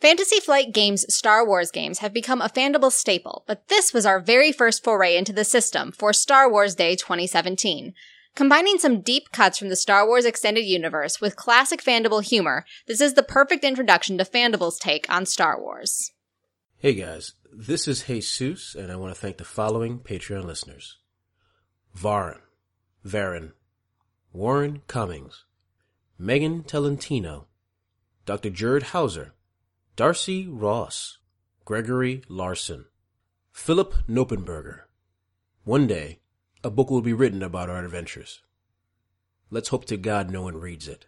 Fantasy Flight Games' Star Wars games have become a fandible staple, but this was our very first foray into the system for Star Wars Day 2017. Combining some deep cuts from the Star Wars extended universe with classic fandible humor, this is the perfect introduction to fandible's take on Star Wars. Hey guys, this is Jesus, and I want to thank the following Patreon listeners Varin, Varin, Warren Cummings, Megan Talentino, Dr. Jared Hauser, Darcy Ross, Gregory Larson, Philip Nopenberger. One day, a book will be written about our adventures. Let's hope to God no one reads it.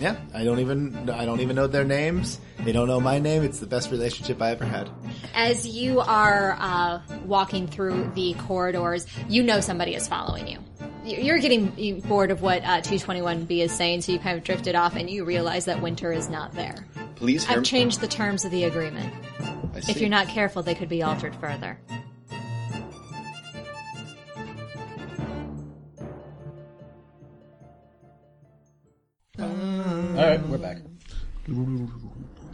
Yeah, I don't even I don't even know their names. They don't know my name. It's the best relationship I ever had. As you are uh, walking through the corridors, you know somebody is following you. You- You're getting bored of what uh, 221B is saying, so you kind of drifted off and you realize that winter is not there. Please hear I've me. changed the terms of the agreement. I see. If you're not careful, they could be altered further. All right, we're back.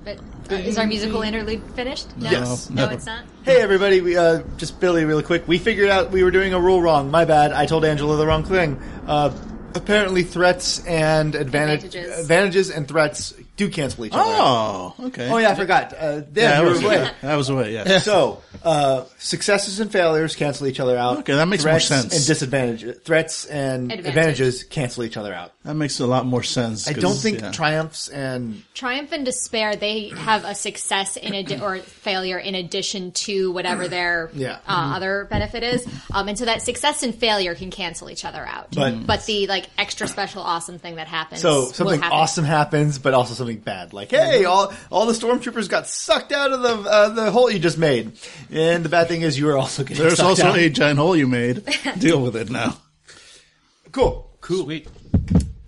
But uh, is our musical interlude finished? No? Yes. No, it's not? Hey everybody, we uh, just Billy real quick. We figured out we were doing a rule wrong. My bad. I told Angela the wrong thing. Uh, apparently threats and advantage- Advantages. advantages and threats do cancel each other. out. Oh, okay. Oh yeah, I forgot. Uh, Yeah, yeah, I you were was right. away. I was away. Yeah. So, uh, successes and failures cancel each other out. Okay, that makes more threats sense. And disadvantages, threats and Advantage. advantages cancel each other out. That makes a lot more sense. I 'cause, don't think yeah. triumphs and Triumph and despair, they have a success in a or failure in addition to whatever their Yeah. Mm-hmm. uh, other benefit is. Um, and so that success and failure can cancel each other out. Mm. But- the like extra special awesome thing that happens. so will something happen. awesome happens, but also something bad. Like, hey, Mm-hmm. all all the stormtroopers got sucked out of the uh, the hole you just made, and the bad thing is you are also getting There's sucked also out. a giant hole you made. Deal with it now. cool. Cool. Sweet.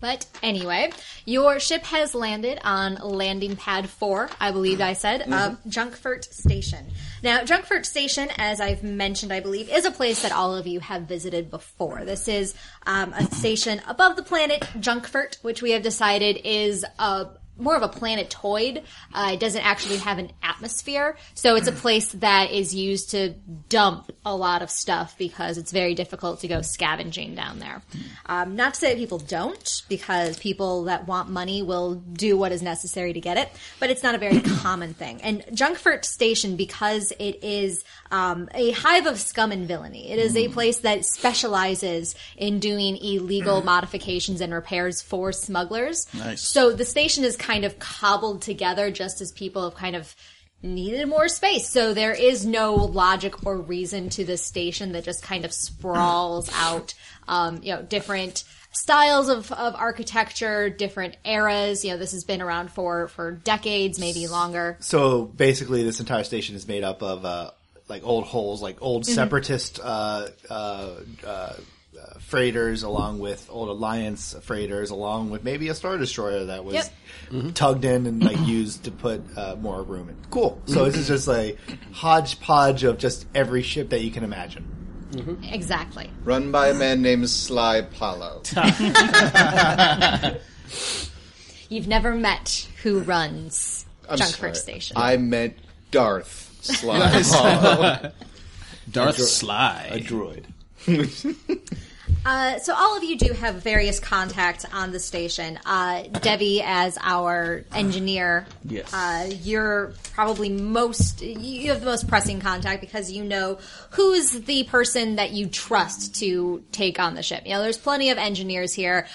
But anyway, your ship has landed on landing pad four, I believe I said, of Junkfurt Station. Now, Junkfurt Station, as I've mentioned, I believe, is a place that all of you have visited before. This is um, a station above the planet Junkfurt, which we have decided is a more of a planetoid. Uh, it doesn't actually have an atmosphere, so it's a place that is used to dump a lot of stuff because it's very difficult to go scavenging down there. Um, not to say that people don't, because people that want money will do what is necessary to get it, but it's not a very common thing. And Junkfurt Station, because it is um, a hive of scum and villainy, it is a place that specializes in doing illegal modifications and repairs for smugglers. Nice. So the station is kind of cobbled together just as people have kind of needed more space. So there is no logic or reason to this station that just kind of sprawls out, um, you know, different styles of, of architecture, different eras. You know, this has been around for, for decades, maybe longer. So basically, this entire station is made up of uh, like old holes, like old Mm-hmm. separatist uh, uh, uh, uh, freighters, along with old alliance freighters, along with maybe a star destroyer that was Yep. tugged in and like used to put uh, more room in. Cool. So this is just a hodgepodge of just every ship that you can imagine. Exactly. Run by a man named Sly Palo. You've never met who runs I'm sorry. Junkford Station. I meant Darth Sly Palo. Darth A Sly. droid. Uh, so all of you do have various contacts on the station. Uh, Debbie, as our engineer, Yes. uh, you're probably most you have the most pressing contact because you know who's the person that you trust to take on the ship. You know, there's plenty of engineers here,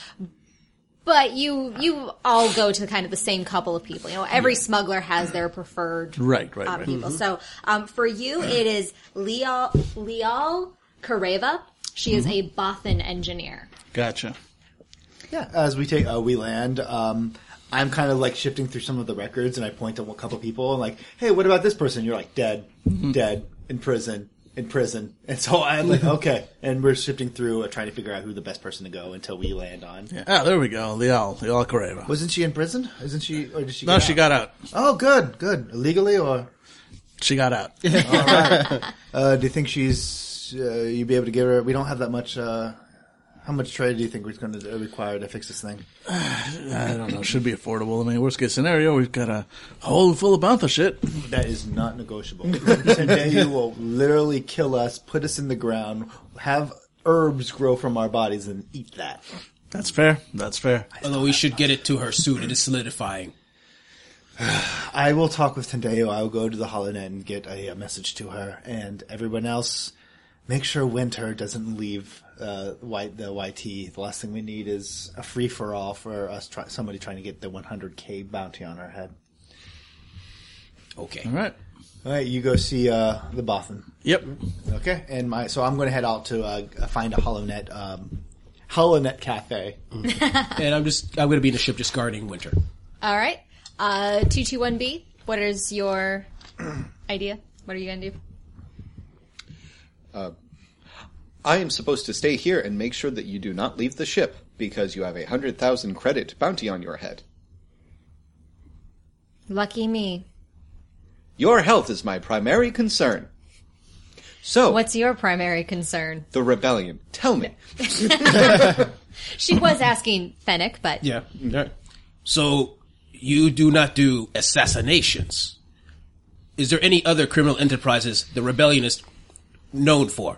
but you you all go to kind of the same couple of people. You know, every smuggler has their preferred Right, right, um, right. people. So um, for you, it is Leal Leal Kareva. She is a Bothan engineer. Gotcha. Yeah, as we take uh, we land, um, I'm kind of like shifting through some of the records, and I point to a couple people and like, "Hey, what about this person?" You're like, "Dead, Mm-hmm. dead, in prison, in prison." And so I'm like, "Okay," and we're shifting through, uh, trying to figure out who the best person to go until we land on. Yeah. Ah, there we go. Leal. Leal Correva. Wasn't she in prison? Isn't she? Or did she? No, get Oh, she out? got out. Oh, good, good. Illegally or She got out. Uh, do you think she's? Uh, you'd be able to give her? We don't have that much. Uh, how much trade do you think we're going to require to fix this thing? I don't know. Should be affordable. I mean, worst case scenario, we've got a hole full of bantha shit. That is not negotiable. Today you will literally kill us, put us in the ground, have herbs grow from our bodies, and eat that. That's fair. That's fair. Although we should get it to her soon. It is solidifying. I will talk with Tendeo. I will go to the Holonet and get a, uh message to her, and everyone else. Make sure Winter doesn't leave uh, y, the YT. The last thing we need is a free for all for us. Try, somebody trying to get the 100k bounty on our head. Okay. All right. All right, you go see uh, the Bothan. Yep. Okay, and my so I'm going to head out to uh, find a Holonet um, Holonet cafe. And I'm just I'm gonna be in the ship just guarding Winter. All right. Uh, 221B, what is your idea? What are you going to do? I am supposed to stay here and make sure that you do not leave the ship because you have a hundred thousand credit bounty on your head. Lucky me. Your health is my primary concern. So What's your primary concern? the rebellion? Tell me. She was asking Fennec, but Yeah. So you do not do assassinations. Is there any other criminal enterprises the rebellion is known for?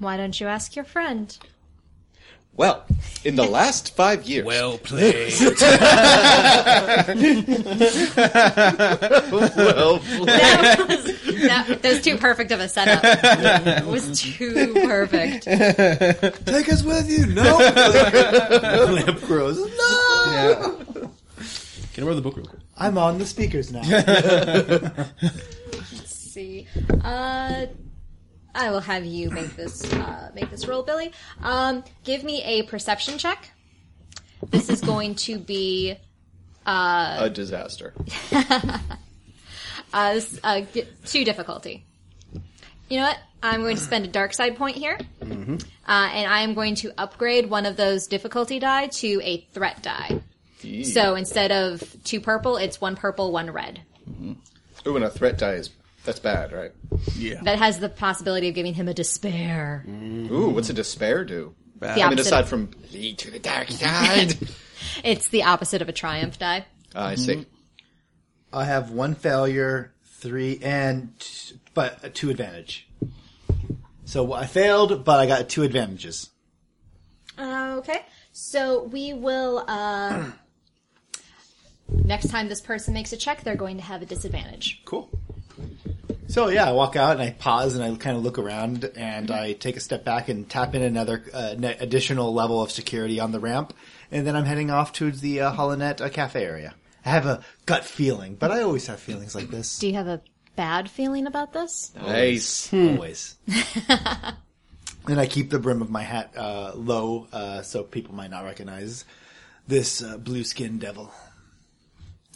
why don't you ask your friend? Well, in the last five years, Well played. That was, that, that was too perfect of a setup. It was too perfect. Take us with you. No, lamp grows. No, Can I borrow the book real quick? I'm on the speakers now. see. Uh, I will have you make this uh, make this roll, Billy. Um, give me a perception check. This is going to be a disaster. uh, this, uh, g- two difficulty. You know what? I'm going to spend a dark side point here, uh, and I am going to upgrade one of those difficulty die to a threat die. So instead of two purple, it's one purple, one red. Ooh, and a threat die is that's bad, right? That has the possibility of giving him a despair. Ooh, what's a despair do? The I mean, opposite aside of- from lead to the dark side. it's the opposite of a triumph die. I see. I have one failure, three, and t- but a two advantage. So I failed, but I got two advantages. Uh, Okay. So we will. Uh, next time this person makes a check, they're going to have a disadvantage. Cool. So yeah, I walk out and I pause and I kind of look around and I take a step back and tap in another uh, ne- additional level of security on the ramp, and then I'm heading off towards the uh, Holonet uh, cafe area. I have a gut feeling, but I always have feelings like this. Do you have a bad feeling about this? Nice. Always. and Hmm. I keep the brim of my hat uh, low uh, so people might not recognize this uh, blue skinned devil.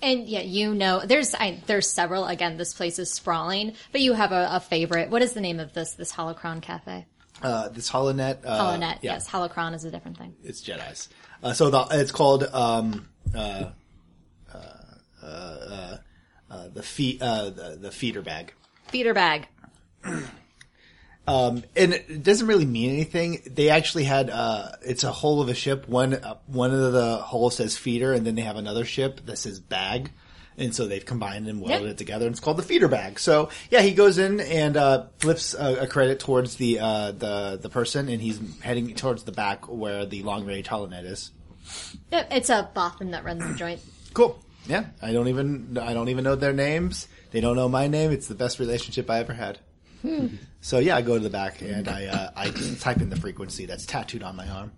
And yeah, you know, there's I, there's several. Again, this place is sprawling, but you have a, a favorite. What is the name of this this Holocron Cafe? Uh, this Holonet. Uh, Holonet. yeah. Yes, Holocron is a different thing. it's Jedi's. Uh, so the, it's called um, uh, uh, uh, uh, uh, the feet uh, the, the feeder bag, Feeder bag. and it doesn't really mean anything. They actually had uh, it's a hull of a ship. One uh, one of the hulls says feeder, and then they have another ship that says bag. And so they've combined and welded Yeah. it together, and it's called the feeder bag. So yeah, he goes in and uh, flips a, a credit towards the uh, the the person, and he's heading towards the back where the long range holonet is. Yep, It's a Botham that runs the joint. Cool. Yeah, I don't even I don't even know their names. They don't know my name. It's the best relationship I ever had. So yeah, I go to the back and I uh, I type in the frequency that's tattooed on my arm.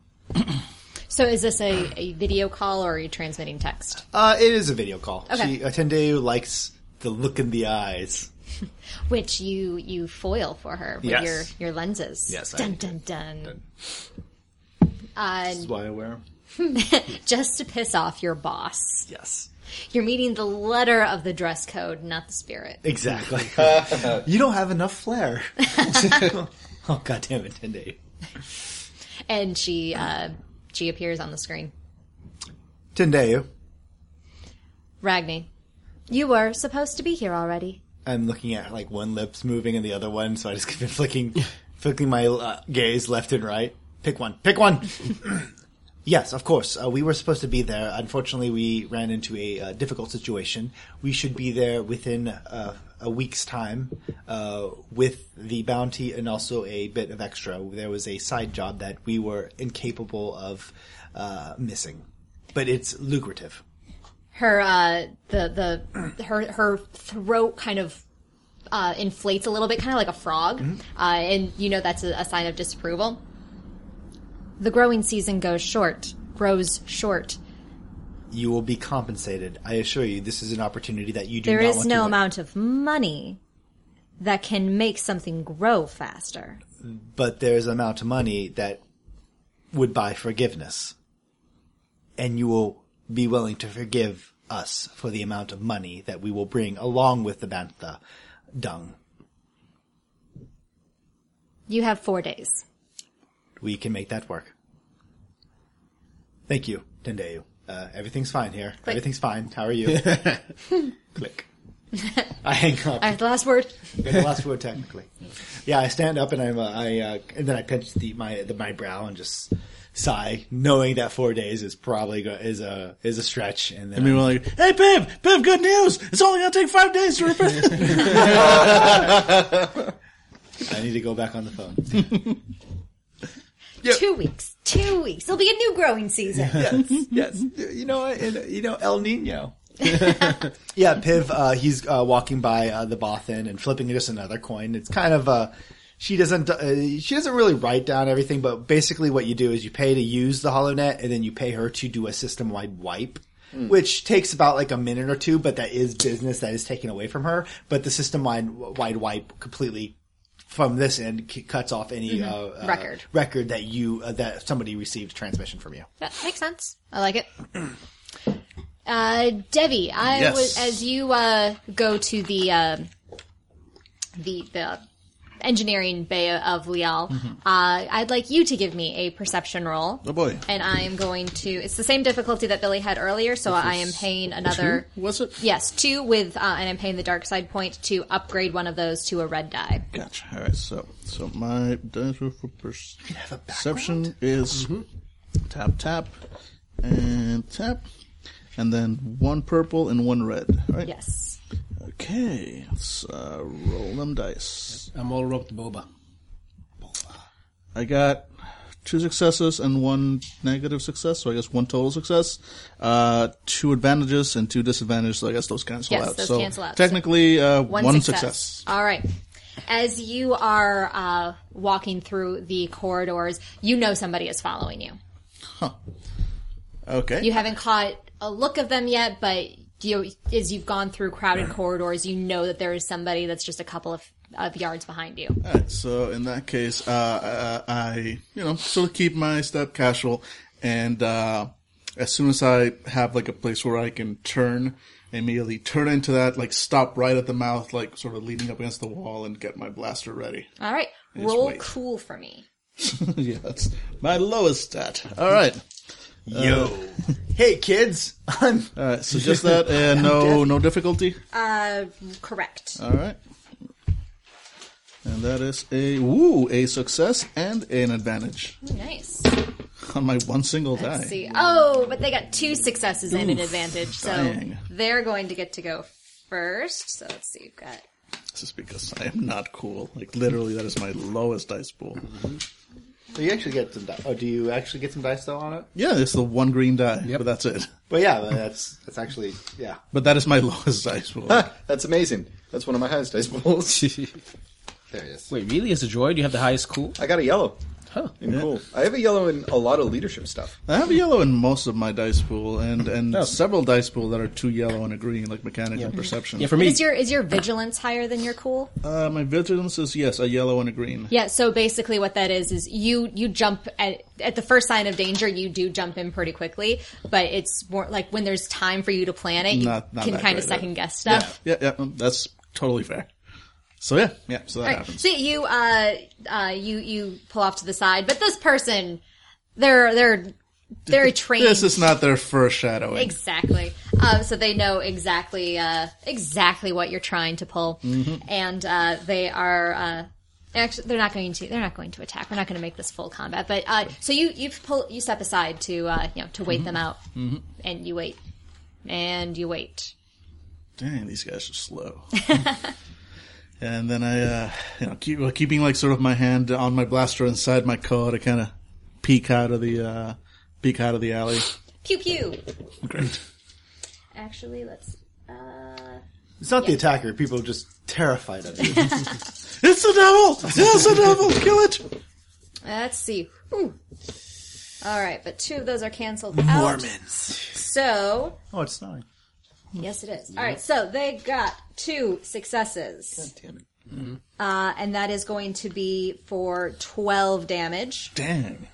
So is this a, a video call or are you transmitting text? Uh, it is a video call. She Okay. Atende likes the look in the eyes. Which you you foil for her with Yes. your your lenses. Yes, I- Dun dun dun. That's Uh, why I wear 'em. just to piss off your boss. Yes, You're meeting the letter of the dress code, not the spirit. exactly. you don't have enough flair. oh goddamn it, Atende. And she uh, she appears on the screen. Tendeu. Ragni, you were supposed to be here already. I'm looking at like one lip's moving and the other one, so I just keep flicking, flicking my uh, gaze left and right. Pick one. Pick one. yes, of course. Uh, we were supposed to be there. Unfortunately, we ran into a uh, difficult situation. We should be there within uh, a week's time uh, with the bounty and also a bit of extra. There was a side job that we were incapable of uh, missing, but it's lucrative. her uh the the her her throat kind of uh inflates a little bit kind of like a frog uh and you know that's a, a sign of disapproval the growing season goes short grows short you will be compensated. I assure you, this is an opportunity that you do There not is want no to let- amount of money that can make something grow faster but there is an amount of money that would buy forgiveness. And you will be willing to forgive us for the amount of money that we will bring along with the Bantha dung. you have four days We can make that work. Thank you, Tendeu. Uh, everything's fine here. Everything's fine. How are you? Click. I hang up. i have the last word the last word technically. Yeah, I stand up and I'm uh, I uh, and then I pinch the, my the, my brow and just sigh, knowing that four days is probably go- is a is a stretch. And then I mean, we're like, hey, Piv, Piv, good news. It's only going to take five days to repair. I need to go back on the phone. two weeks two weeks there'll be a new growing season yes, you know, and, you know, El Nino. yeah, Piv, uh, he's uh, walking by uh, the Bothan and flipping just another coin. It's kind of uh, she doesn't uh, she doesn't really write down everything, but basically what you do is you pay to use the hollow net, and then you pay her to do a system wide wipe. Hmm. Which takes about like a minute or two, but that is business that is taken away from her. But the system wide wide wipe completely from this end c- cuts off any Mm-hmm. uh, uh, Record. record that you uh, that somebody received transmission from you. That makes sense. I like it. Uh, Debbie, I Yes. was as you uh, go to the uh, the the engineering bay of Lial. Uh, I'd like you to give me a perception roll. Mm-hmm. Oh, boy. And I am going to. It's the same difficulty that Billy had earlier, so I am paying another. Was it? Yes, two with, uh, and I'm paying the dark side point to upgrade one of those to a red die. Gotcha. All right. So, so my dice roll for perception is tap, tap, and tap, and then one purple and one red. Right. Yes. Okay. Let's uh, roll them dice. I'm all roped boba. I got two successes and one negative success, so I guess one total success. Uh, two advantages and two disadvantages, so I guess those cancel Yes, out. those so cancel out. technically, uh, one, success. All right. As you are uh, walking through the corridors, you know somebody is following you. Okay. You haven't caught a look of them yet, but you, as you've gone through crowded corridors, you know that there is somebody that's just a couple of, of yards behind you. All right, so in that case, uh, I, I, you know, still keep my step casual, and uh, as soon as I have like a place where I can turn, I immediately turn into that, like stop right at the mouth, like sort of leaning up against the wall, and get my blaster ready. All right. Roll wait. cool for me. yeah, that's my lowest stat. All right, Uh, Yo, hey kids, I'm all right. So just that, and no, no difficulty. Uh, correct. All right. And that is a woo, a success and an advantage nice. on my one single die. Let's see. Oh, but they got two successes and an advantage, so dang. they're going to get to go first. So let's see. You've got This is because I am not cool. Like literally, that is my lowest dice pool. Mm-hmm. So you actually get some dice. Oh, do you actually get some dice though on it? Yeah, it's the one green die, but that's it. But yeah, but that's that's actually yeah. But that is my lowest dice pool. That's amazing. That's one of my highest dice rolls. there it is. Wait, really? As a droid, you have the highest cool? I got a yellow. Huh. And cool. I have a yellow in a lot of leadership stuff. I have a yellow in most of my dice pool, and and Oh. several dice pool that are two yellow and a green, like mechanic and perception. Yeah, for me, Is your is your vigilance higher than your cool? uh, my vigilance is yes, a yellow and a green. Yeah. So basically, what that is is you you jump at at the first sign of danger. You do jump in pretty quickly, but it's more like when there's time for you to plan it, you Not- not can that kind of great, second right? guess stuff. Yeah, yeah, um, that's totally fair. So yeah, yeah, so that All right. happens. So you uh uh you you pull off to the side, but this person, they're they're very trained. This is not their first shadowing. Exactly. um, so they know exactly uh, exactly what you're trying to pull, and uh, they are. Uh, Actually, they're not going to. They're not going to attack. We're not going to make this full combat. But uh, so you you pull you step aside to uh, you know to wait them out, and you wait, and you wait. dang, these guys are slow. and then I, uh, you know, keep, well, keeping like sort of my hand on my blaster inside my coat, I kind of peek out of the, uh, peek out of the alley. Pew pew. Great. Actually, let's. Uh, It's not the attacker. People are just terrified of you. It's the devil! It's the devil! Kill it! Let's see. Whew. All right, but two of those are canceled out. So, oh, it's snowing. yes, it is. All right, so they got two successes, Damn it. uh, and that is going to be for twelve damage. Dang.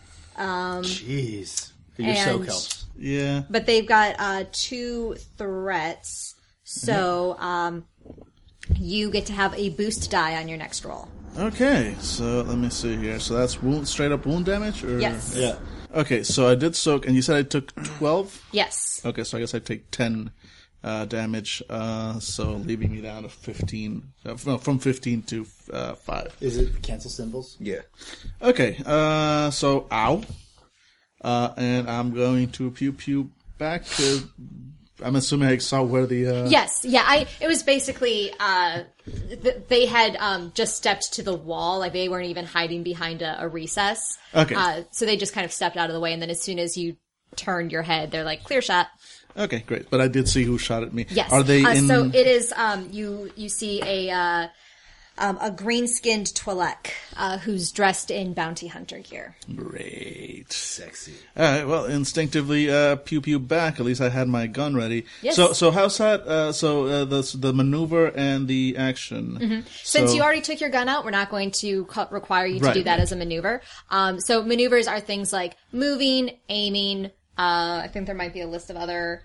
Jeez. Your And- soak helps. Yeah. But they've got uh, two threats, so um, you get to have a boost die on your next roll. Okay, so let me see here. So that's wound, straight up wound damage? Or? Yes, Yeah. Okay, so I did soak, and you said I took 12? yes. Okay, so I guess I take 10 uh, damage, uh, so leaving me down to 15, uh, from from 15 to uh, 5. Is it cancel symbols? Yeah. Okay, uh, so ow, uh, and I'm going to pew pew back. To, I'm assuming I saw where the uh, Yes, yeah. I it was basically uh, th- they had um, just stepped to the wall, like they weren't even hiding behind a, a recess. Okay. Uh, so they just kind of stepped out of the way, and then as soon as you turned your head, they're like clear shot. Okay, great, but I did see who shot at me. Yes. are they Uh, in? So it is. Um, you you see a uh, um, a green skinned Twi'lek uh, who's dressed in bounty hunter gear. great. Sexy. All right, well, instinctively uh, pew pew back. At least I had my gun ready. Yes. So so how's that? Uh, so uh, the the maneuver and the action. Mm-hmm. Since So- you already took your gun out, we're not going to co- require you to Right. do that as a maneuver. Um, so maneuvers are things like moving, aiming. Uh, I think there might be a list of other.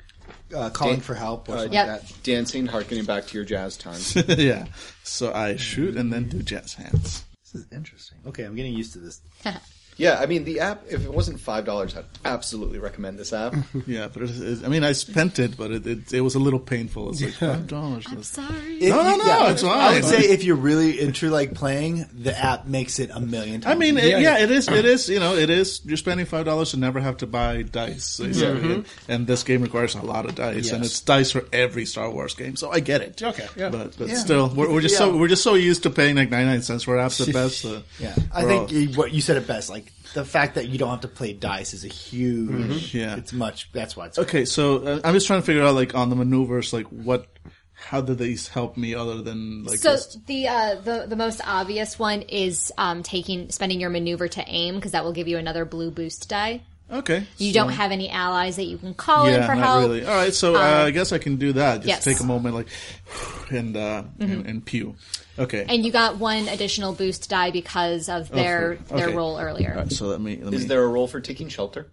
Uh, calling for help. Or something Yep. like that. Dancing, harkening back to your jazz time. yeah. So I shoot and then do jazz hands. This is interesting. Okay, I'm getting used to this. yeah, I mean, the app, if it wasn't $5, I'd absolutely recommend this app. Yeah, but it, it, I mean, I spent it, but it, it, it was a little painful. It's like five dollars. Sorry. If No, no, you- no, yeah, it's I would fine. say if you're really into like playing, the app makes it a million times. I mean, it, Yeah. yeah. it is. It is. You know, it is. You're spending five dollars to never have to buy dice, basically. and, and this game requires a lot of dice, and Mm-hmm. Yes. it's dice for every Star Wars game. So I get it. Okay, yeah. but but still, we're, we're just so Yeah. we're just so used to paying like ninety nine cents for apps at best. Uh, yeah, I we're think all- you, what you said it best. Like the fact that you don't have to play dice is a huge. Mm-hmm. Yeah. it's much. That's why it's Okay, so uh, I'm just trying to figure out like on the maneuvers, like what, how do these help me other than like So just- the uh, the the most obvious one is um, taking spending your maneuver to aim because that will give you another blue boost die. okay, You so- don't have any allies that you can call in Yeah, for not help. Um, really. All right, so uh, I guess I can do that. Just yes. Mm-hmm. take a moment, like, and uh, and, and pew. Okay. And you got one additional boost die because of their Oh, their okay. roll All earlier. right, so let me. Let Is me there a role for taking shelter?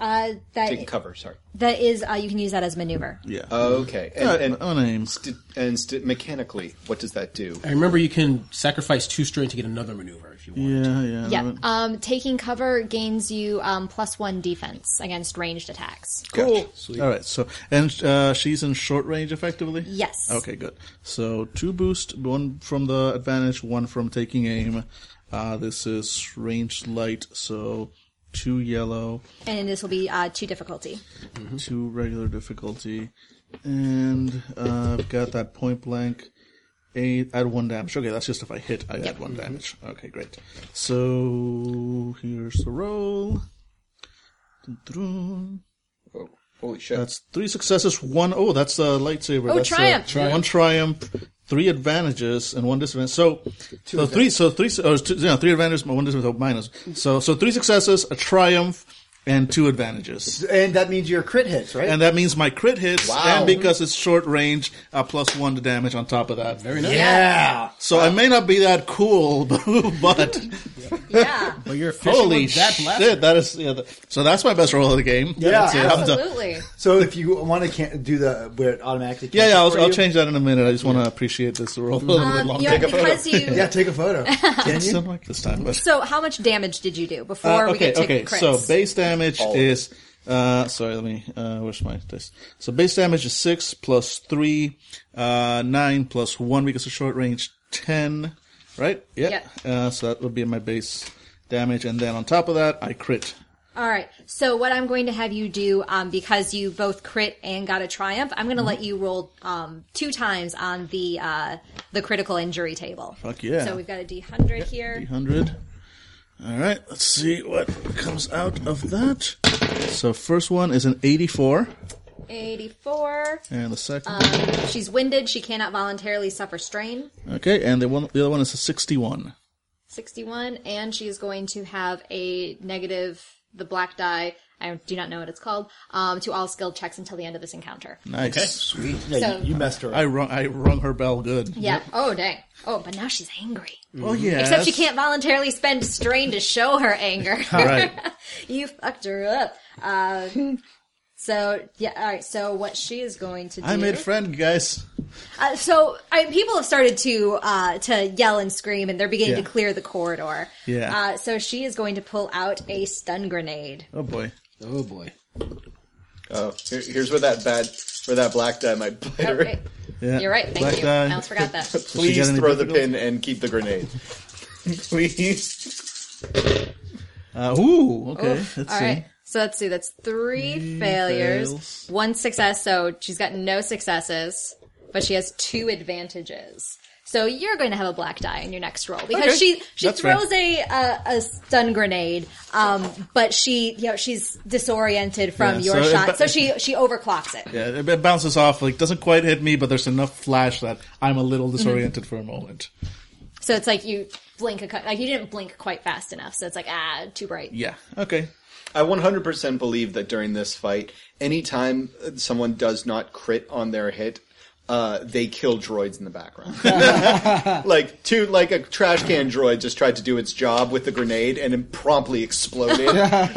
Uh, Taking that cover, sorry. that is uh, you can use that as maneuver. yeah. Okay. All And, right, and, my own aim. sti- and sti- mechanically, what does that do? I remember you can sacrifice two string to get another maneuver if you want. Yeah, yeah. Yeah. Um, taking cover gains you um, plus one defense against ranged attacks. Cool. All right. So and uh, she's in short range, effectively. Yes. Okay, good. So two boost, one from the advantage, one from taking aim. Uh, this is range light, so two yellow, And this will be uh, two difficulty. Mm-hmm. two regular difficulty, and uh, I've got that point blank. Eight, add one damage. Okay, that's just if I hit, I add Mm-hmm. one damage. Okay, great. So here's the roll. Dun-dun. Oh, holy shit. That's three successes, one oh, that's the lightsaber. Oh, that's uh, triumph. one triumph, three advantages, and one disadvantage. So, so three, so three, or two, yeah, three advantages, one disadvantage, oh, minus. So, so three successes, a triumph, and two advantages. and that means your crit hits, right? And that means my crit hits, Wow. and because it's short range, uh, plus one to damage on top of that. Very nice. yeah, so I may not be that cool, but Yeah. But you're official holy with that blaster. shit, that is. Yeah, the, so that's my best roll of the game. Yeah, That's it. I'm done. Absolutely. So if you want to can do the where it automatically Yeah, cancels yeah, I'll, for I'll you, change that in a minute. I just want to appreciate this roll a little bit Um, longer. yeah, because you. Yeah, take a photo. Can It's you? not like this time, but So how much damage did you do before Uh, we get to okay. crits? So base damage is Uh, sorry, let me. Uh, where's my dice? So base damage is six plus three, uh, nine plus one because of short range ten, right? Yeah. Uh, so that would be my base damage, and then on top of that, I crit. All right. So what I'm going to have you do, um, because you both crit and got a triumph, I'm going Mm-hmm. to let you roll um, two times on the uh, the critical injury table. Fuck yeah. So we've got a D100 here. 300. All right, let's see what comes out of that. So first one is an 84, 84. and the second, Um, She's winded. She cannot voluntarily suffer strain. okay, and the one, the other one is a 61. 61. And she is going to have a negative, the black die. I do not know what it's called. Um, to all skill checks until the end of this encounter. Nice. Sweet. Yeah, So- you, you messed her up. I rung, I rung her bell good. Yeah. Oh dang. Oh, but now she's angry. Oh yeah. Except she can't voluntarily spend strain to show her anger. Right. you fucked her up. Uh, so yeah, all right. So what she is going to do? I made friend, guys. Uh, so I, people have started to uh, to yell and scream, and they're beginning Yeah. to clear the corridor. Yeah. Uh, so she is going to pull out a stun grenade. Oh boy. Oh boy. Oh, here, here's where that bad, where that black die might bite her. Okay. Yeah. Oh, You're right. Thank Black you. die. I almost forgot that. Does she get Please any throw the difficulty? pin and keep the grenade. Please. Uh, ooh. Okay. Oof. Let's All see. right. So let's see. That's three, failures, fails. one success. So she's got no successes, but she has two advantages. So you're going to have a black die in your next roll because Okay. she she That's throws a, a a stun grenade, um, but she you know she's disoriented from Yeah, your so it shot, ba- so she she overclocks it. Yeah, it, it bounces off. Like doesn't quite hit me, but there's enough flash that I'm a little Mm-hmm. disoriented for a moment. So it's like you blink a cou- like you didn't blink quite fast enough. So it's like ah too bright. Yeah. Okay. I 100% believe that during this fight, anytime someone does not crit on their hit, uh, they kill droids in the background. like two, like a trash can droid just tried to do its job with the grenade and it promptly exploded. No,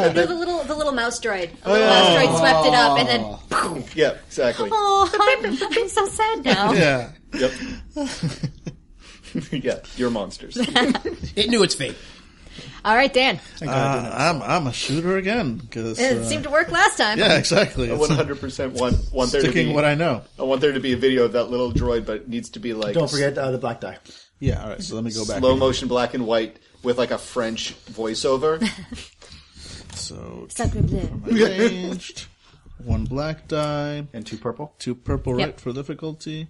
the little the little mouse droid, the Oh. little mouse droid swept it up and then. yeah, exactly. Oh, I'm, I'm so sad now. Yeah. Yep. yeah, you're monsters. It knew its fate. All right, Dan. Uh, I'm I'm a shooter again because It seemed to work last time. yeah exactly. I It's 100% want, want there to be, sticking what I know. I want there to be a video of that little droid, but it needs to be like Don't forget uh, the black die. Yeah. All right. So let me go back. slow motion black and white with like a French voiceover. So Sacre bleu. ranged. One black die, And two purple. two purple Yep. right for difficulty,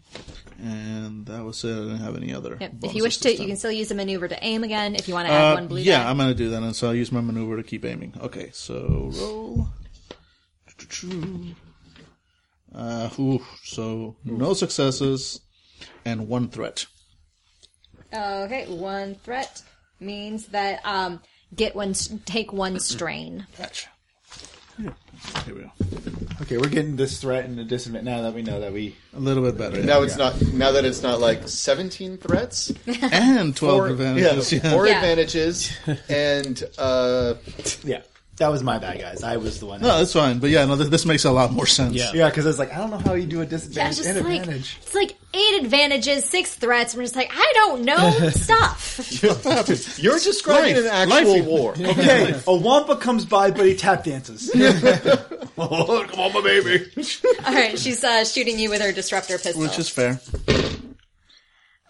and that was it. I didn't have any other. Yep. If bonuses you wish to, this you time. can still use a maneuver to aim again. If you want to add Uh, one blue yeah, die. I'm gonna do that, and so I'll use my maneuver to keep aiming. Okay, so roll. Uh, ooh, so no successes and one threat. Okay, one threat means that um, get one, s- take one strain. Gotcha. Here we go. Okay, we're getting this threat and the disadvantage now that we know that we. A little bit better. Now it's not. Now that it's not like seventeen threats, and twelve four, advantages. yeah, Yeah. four Yeah. advantages, and uh, Yeah, that was my bad, guys. I was the one. No, that's fine. But yeah, no, this, this makes a lot more sense. Yeah. Yeah, because it's like I don't know how you do a Yeah, it's disadvantage just and like advantage. it's like eight advantages, six threats. We're just like I don't know stuff. you're describing Life. an actual Life. war. Okay, a wampa comes by, but he tap dances. oh, come on, my baby. All right, she's uh, shooting you with her disruptor pistol. Which is fair.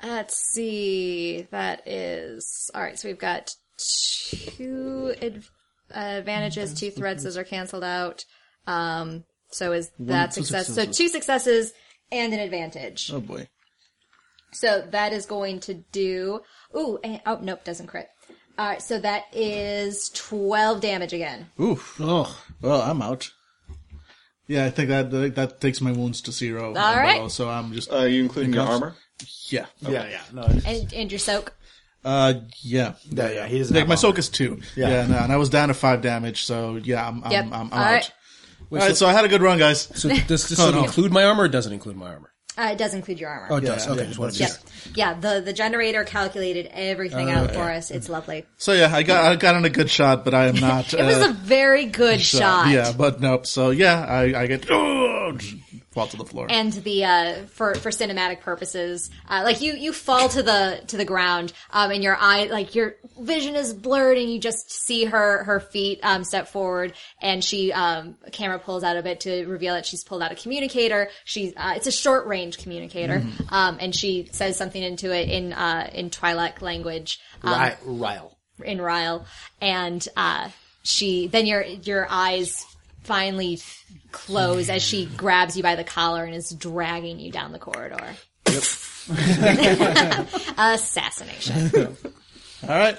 Let's see. That is all right. So we've got two adv- uh, advantages, two threats. Those are canceled out. Um, so is that two success? So successes. two successes and an advantage. Oh boy. So that is going to do. Ooh. And, oh nope, doesn't crit. All right. So that is twelve damage again. Oof. Oh. Well, I'm out. Yeah, I think that that takes my wounds to zero. All All right. So I'm just Are Uh, you including your Because- armor? yeah. Yeah, yeah, no, it's- And and your soak. Uh, yeah. yeah, yeah. He doesn't. Like Have my armor. soak is two. Yeah. no, and I was down to five damage, so yeah, I'm I'm, Yep. I'm, I'm All out. right. All right, so I had a good run, guys. So does this sort of no. include my armor or doesn't include my armor? Uh, it does include your armor. Oh, it does. Yeah, Okay, yeah, just wanted to be Yep. sure. Yeah, the, the generator calculated everything Oh, out for us. It's lovely. So yeah, I got I got in a good shot, but I am not. It was uh, a very good so- shot. Yeah, but nope. So yeah, I I get oh, fall to the floor. and the uh, for for cinematic purposes, uh, like you you fall to the to the ground, um, and your eye like your vision is blurred, and you just see her her feet um, step forward, and she um, camera pulls out a bit to reveal that she's pulled out a communicator. She uh, it's a short range communicator, Mm-hmm. um, and she says something into it in uh, in Twi'lek language. Um, Ry- Ryle. in Ryle, and uh, she then your your eyes finally f- close as she grabs you by the collar and is dragging you down the corridor. Assassination. All right.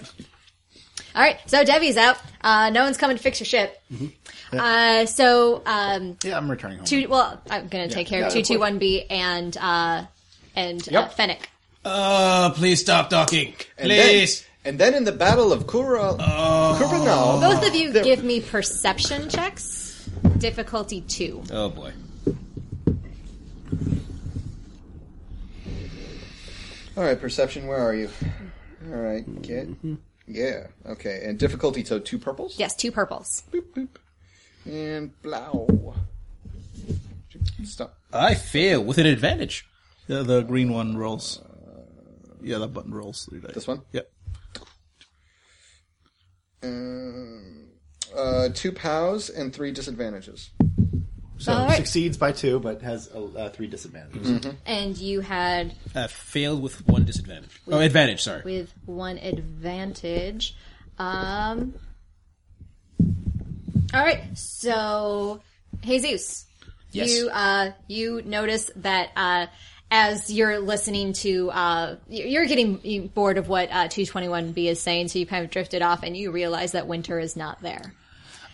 All right, so Debbie's out. Uh, no one's coming to fix your ship. Uh, so um, Yeah, I'm returning home. two. Well, I'm gonna take care of yeah, two of two one B and uh, and uh, Yep. Fennec. Uh, please stop talking. And then- Please. and then in the Battle of Kura, Oh. Kuranal, Both of you give me perception checks. Difficulty two. oh boy. All right, perception. Where are you? All right, get. Yeah. Okay. And difficulty. So two purples. Yes, two purples. And blow. Stop. I fail with an advantage. Yeah, the green one rolls. Yeah, that button rolls. Three dice. This one? Yep. Um, uh, two pows and three disadvantages. So All right. succeeds by two, but has uh, uh, three disadvantages. And you had I failed with one disadvantage. oh, advantage, sorry. with one advantage. Um, all right, so Jesus, Yes. you uh, you notice that uh, as you're listening to uh, y- you're getting bored of what uh, 221B is saying, so you kind of drifted off, and you realize that Winter is not there.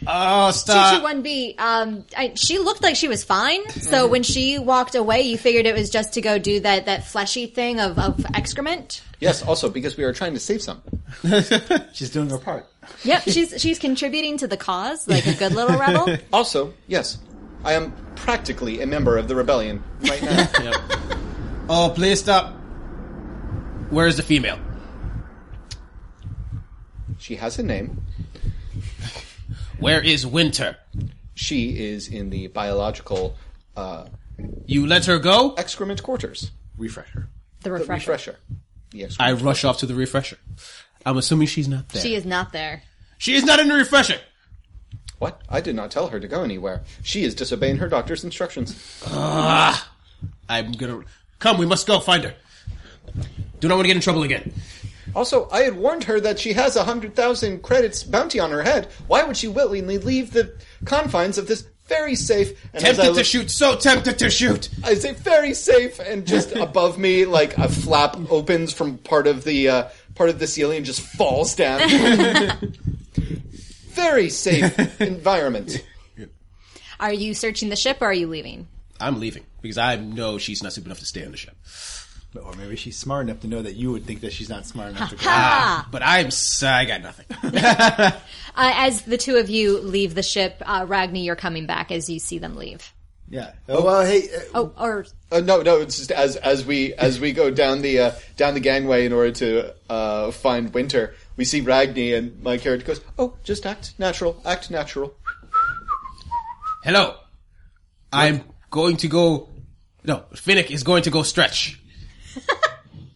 oh, Two stop. one B. Um, I, she looked like she was fine. So when she walked away, you figured it was just to go do that that fleshy thing of, of excrement. Yes. Also, because we are trying to save some. She's doing her part. Yep, she's she's contributing to the cause like a good little rebel. Also, yes, I am practically a member of the rebellion right now. Oh, please stop. Where is the female? she has a name. Where is Winter? She is in the biological uh, You let her go? excrement quarters. Refresher. The The refresher. refresher. The I excrement. rush off to the refresher. I'm assuming she's not there. She is not there. She is not in the refresher. what? I did not tell her to go anywhere. She is disobeying her doctor's instructions. Ah, I'm gonna come. We must go find her. Do not want to get in trouble again. Also, I had warned her that she has a hundred thousand credits bounty on her head. Why would she willingly leave the confines of this very safe and as Tempted I to look- shoot. So tempted to shoot. I say very safe, and just above me, like a flap opens from part of the uh, part of the ceiling and just falls down. very safe environment. Are you searching the ship or are you leaving? I'm leaving because I know she's not stupid enough to stay on the ship. Mm-hmm. Or maybe she's smart enough to know that you would think that she's not smart enough to go. Ah. But I'm. s- I got nothing. Uh, as the two of you leave the ship, uh, Ragni, you're coming back as you see them leave. Yeah. Oh, well, hey, uh, Oh, or Uh, no, no, it's just as as we as we go down the uh, down the gangway in order to uh, find Winter, we see Ragni, and my character goes, "Oh, just act natural, act natural." Hello. I'm going to go. No, Finnick is going to go stretch.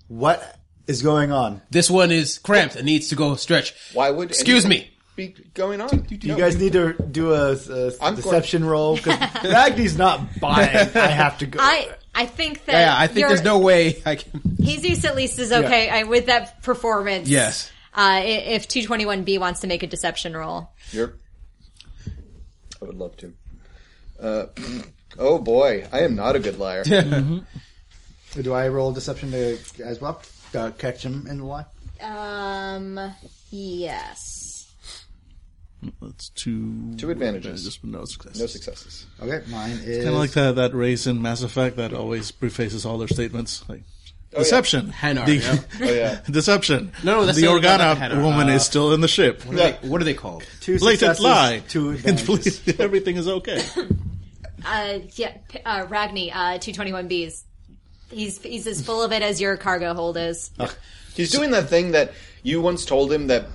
what is going on? This one is cramped and needs to go stretch. Why would Excuse anything me. be going on? Do you guys need to do a, a I'm deception roll? Because Magni's not buying. I have to go. I I think that Yeah, I think you're- there's no way I can. Jesus at least is okay I, with that performance. Yes. Uh, i- if 221B wants to make a deception roll. Yep. I would love to. Uh, oh boy, I am not a good liar. do I roll deception to as well? Uh, catch him in the lie. Um, yes. That's two. Two advantages. advantages, but no success. No successes. Okay, mine is Kind of like that that race in Mass Effect that always prefaces all their statements like deception, Hanar, The- yeah. Oh yeah. deception. No, no, that's the not- Organa not Hanar. woman Uh, is still in the ship. What are, they, what are they called? two Blatant successes, lie. two And advantages. please, everything is okay. Uh, yeah, P- uh, Ragni, uh, 221B's. He's, he's as full of it as your cargo hold is. Uh. He's doing that thing that you once told him that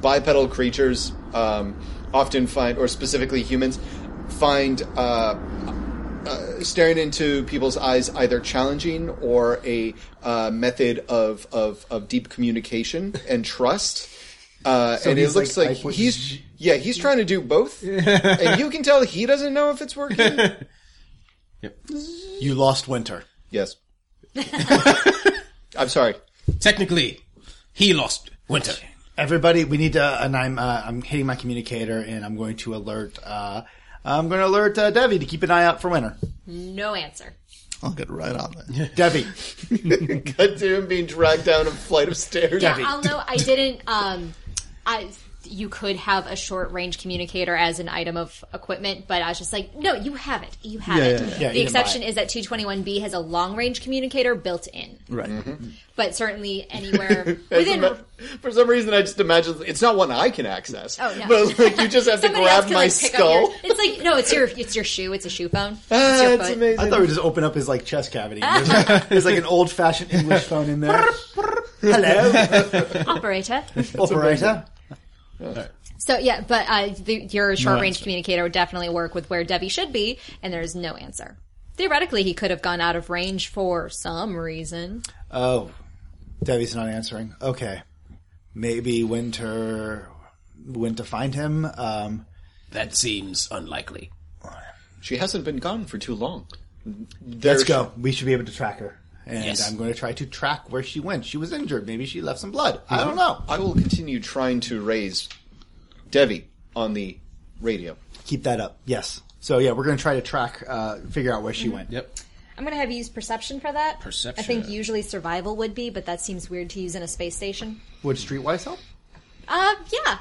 bipedal creatures um, often find, or specifically humans, find uh, uh, staring into people's eyes either challenging or a uh, method of, of, of deep communication and trust. Uh, and it he's looks like, like, I put- he's yeah he's trying to do both, and you can tell he doesn't know if it's working. You lost Winter. yes, I'm sorry. Technically, he lost Winter. Everybody, we need to. And I'm uh, I'm hitting my communicator, and I'm going to alert. Uh, I'm going to alert uh, Debbie to keep an eye out for Winter. No answer. I'll get right on that. Debbie, Cut to him being dragged down a flight of stairs. Yeah, I'll know. I didn't. Um, I you could have a short range communicator as an item of equipment, but I was just like, no, you have it. You have Yeah, it. yeah, yeah. Yeah, you the can exception buy is that 221B has a long range communicator built in, Right. but certainly anywhere As within. ima- for some reason, I just imagine it's not one I can access. Oh, no. But like, you just have to Somebody else grab can, my like, pick up your- skull. it's like no, it's your it's your shoe. It's a shoe phone. it's Ah, your it's foot. amazing. I thought we'd just open up his like chest cavity. There's like, there's, like, an old fashioned English phone in there. Hello, Operator. operator. So yeah, but uh, the, your short range answer. communicator would definitely work with where Debbie should be, and there's no answer. Theoretically, he could have gone out of range for some reason. Oh, Debbie's not answering. Okay, maybe Winter went to find him. Um, That seems unlikely. She hasn't been gone for too long. There's, let's go. We should be able to track her. And Yes. I'm going to try to track where she went. She was injured. Maybe she left some blood. I don't know. I will continue trying to raise Devi on the radio. Keep that up. Yes. So yeah, we're going to try to track, uh, figure out where she went. Mm-hmm. Yep. I'm gonna have you use perception for that. Perception. I think usually survival would be, but that seems weird to use in a space station. Would Streetwise help? Uh, yeah.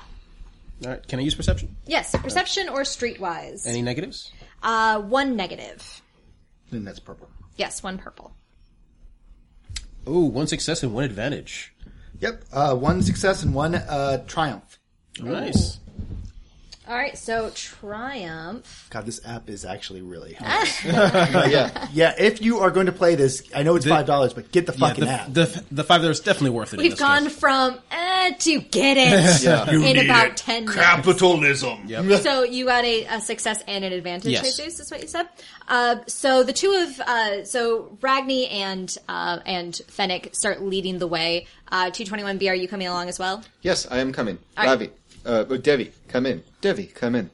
All right. Can I use perception? Yes, perception or streetwise. Any negatives? Uh, one negative. Then that's purple. Yes, one purple. Oh, one success and one advantage. Yep. Uh, one success and one uh, triumph. Nice. All right, so triumph. God, this app is actually really hard. yeah. yeah, if you are going to play this, I know it's five dollars, but get the Yeah, fucking the- app. the, the five dollars definitely worth it. in We've this gone case. from uh, to get it in about ten minutes. Capitalism. Yep. So you got a, a success and an advantage, Yes. Jesus. Is what you said. Uh, so the two of uh, so Ragni and uh, and Fennec start leading the way. Uh, Two twenty one B, are you coming along as well? Yes, I am coming. right. Ravi. Uh, Devi, come in. Devi, come in.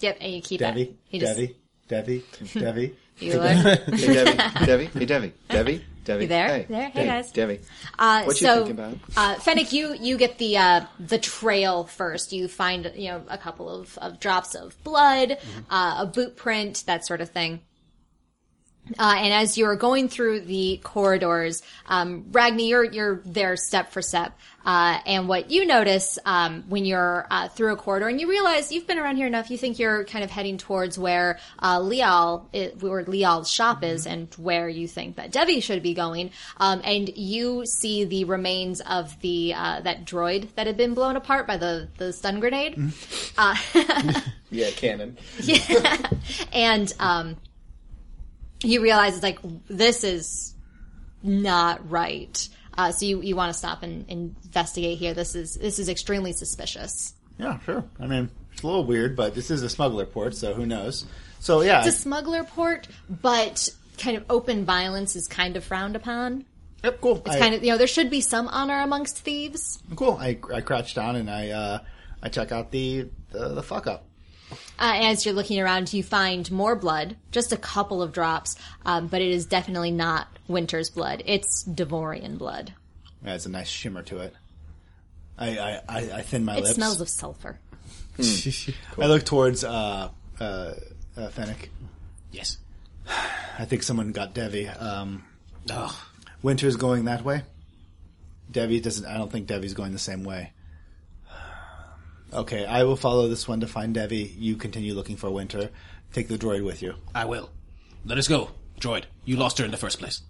Yep, and you keep it. Debbie, You just- Debbie, Debbie, Debbie. you look. Hey, Devi. Devi. Hey, Devi. Devi. Devi. You there? Hey, There? Hey, Devi, guys. Devi. Uh, What you so, thinking about? Uh, Fennec, you you get the uh, the trail first. You find you know a couple of, of drops of blood, Mm-hmm. uh, a boot print, that sort of thing. Uh, and as you're going through the corridors, um, Ragni, you're you're there step for step. Uh, and what you notice um, when you're uh, through a corridor, and you realize you've been around here enough, you think you're kind of heading towards where uh, Leal, i- where Leal's shop is, and where you think that Debbie should be going. Um, and you see the remains of the uh, that droid that had been blown apart by the the stun grenade. Yeah, Cannon. and um, you realize it's like this is not right. Uh, so you, you want to stop and investigate here. This is this is extremely suspicious. Yeah, sure. I mean, it's a little weird, but this is a smuggler port, so who knows? So yeah, It's a smuggler port, but kind of open violence is kind of frowned upon. yep, cool. It's I, kind of you know there should be some honor amongst thieves. cool. I, I crouch down and I uh, I check out the the, the fuck up. Uh, as you're looking around, you find more blood, just a couple of drops, um, but it is definitely not Winter's blood. It's Devorian blood. Yeah, it's a nice shimmer to it. I I, I, I thin my It lips. smells of sulfur. I look towards uh, uh, uh, Fennec. Yes. I think someone got Devi. Um, Ugh. Winter's going that way. Devi doesn't. I don't think Devi's going the same way. Okay, I will follow this one to find Devi. You continue looking for Winter. Take the droid with you. I will. Let us go, droid. You lost her in the first place.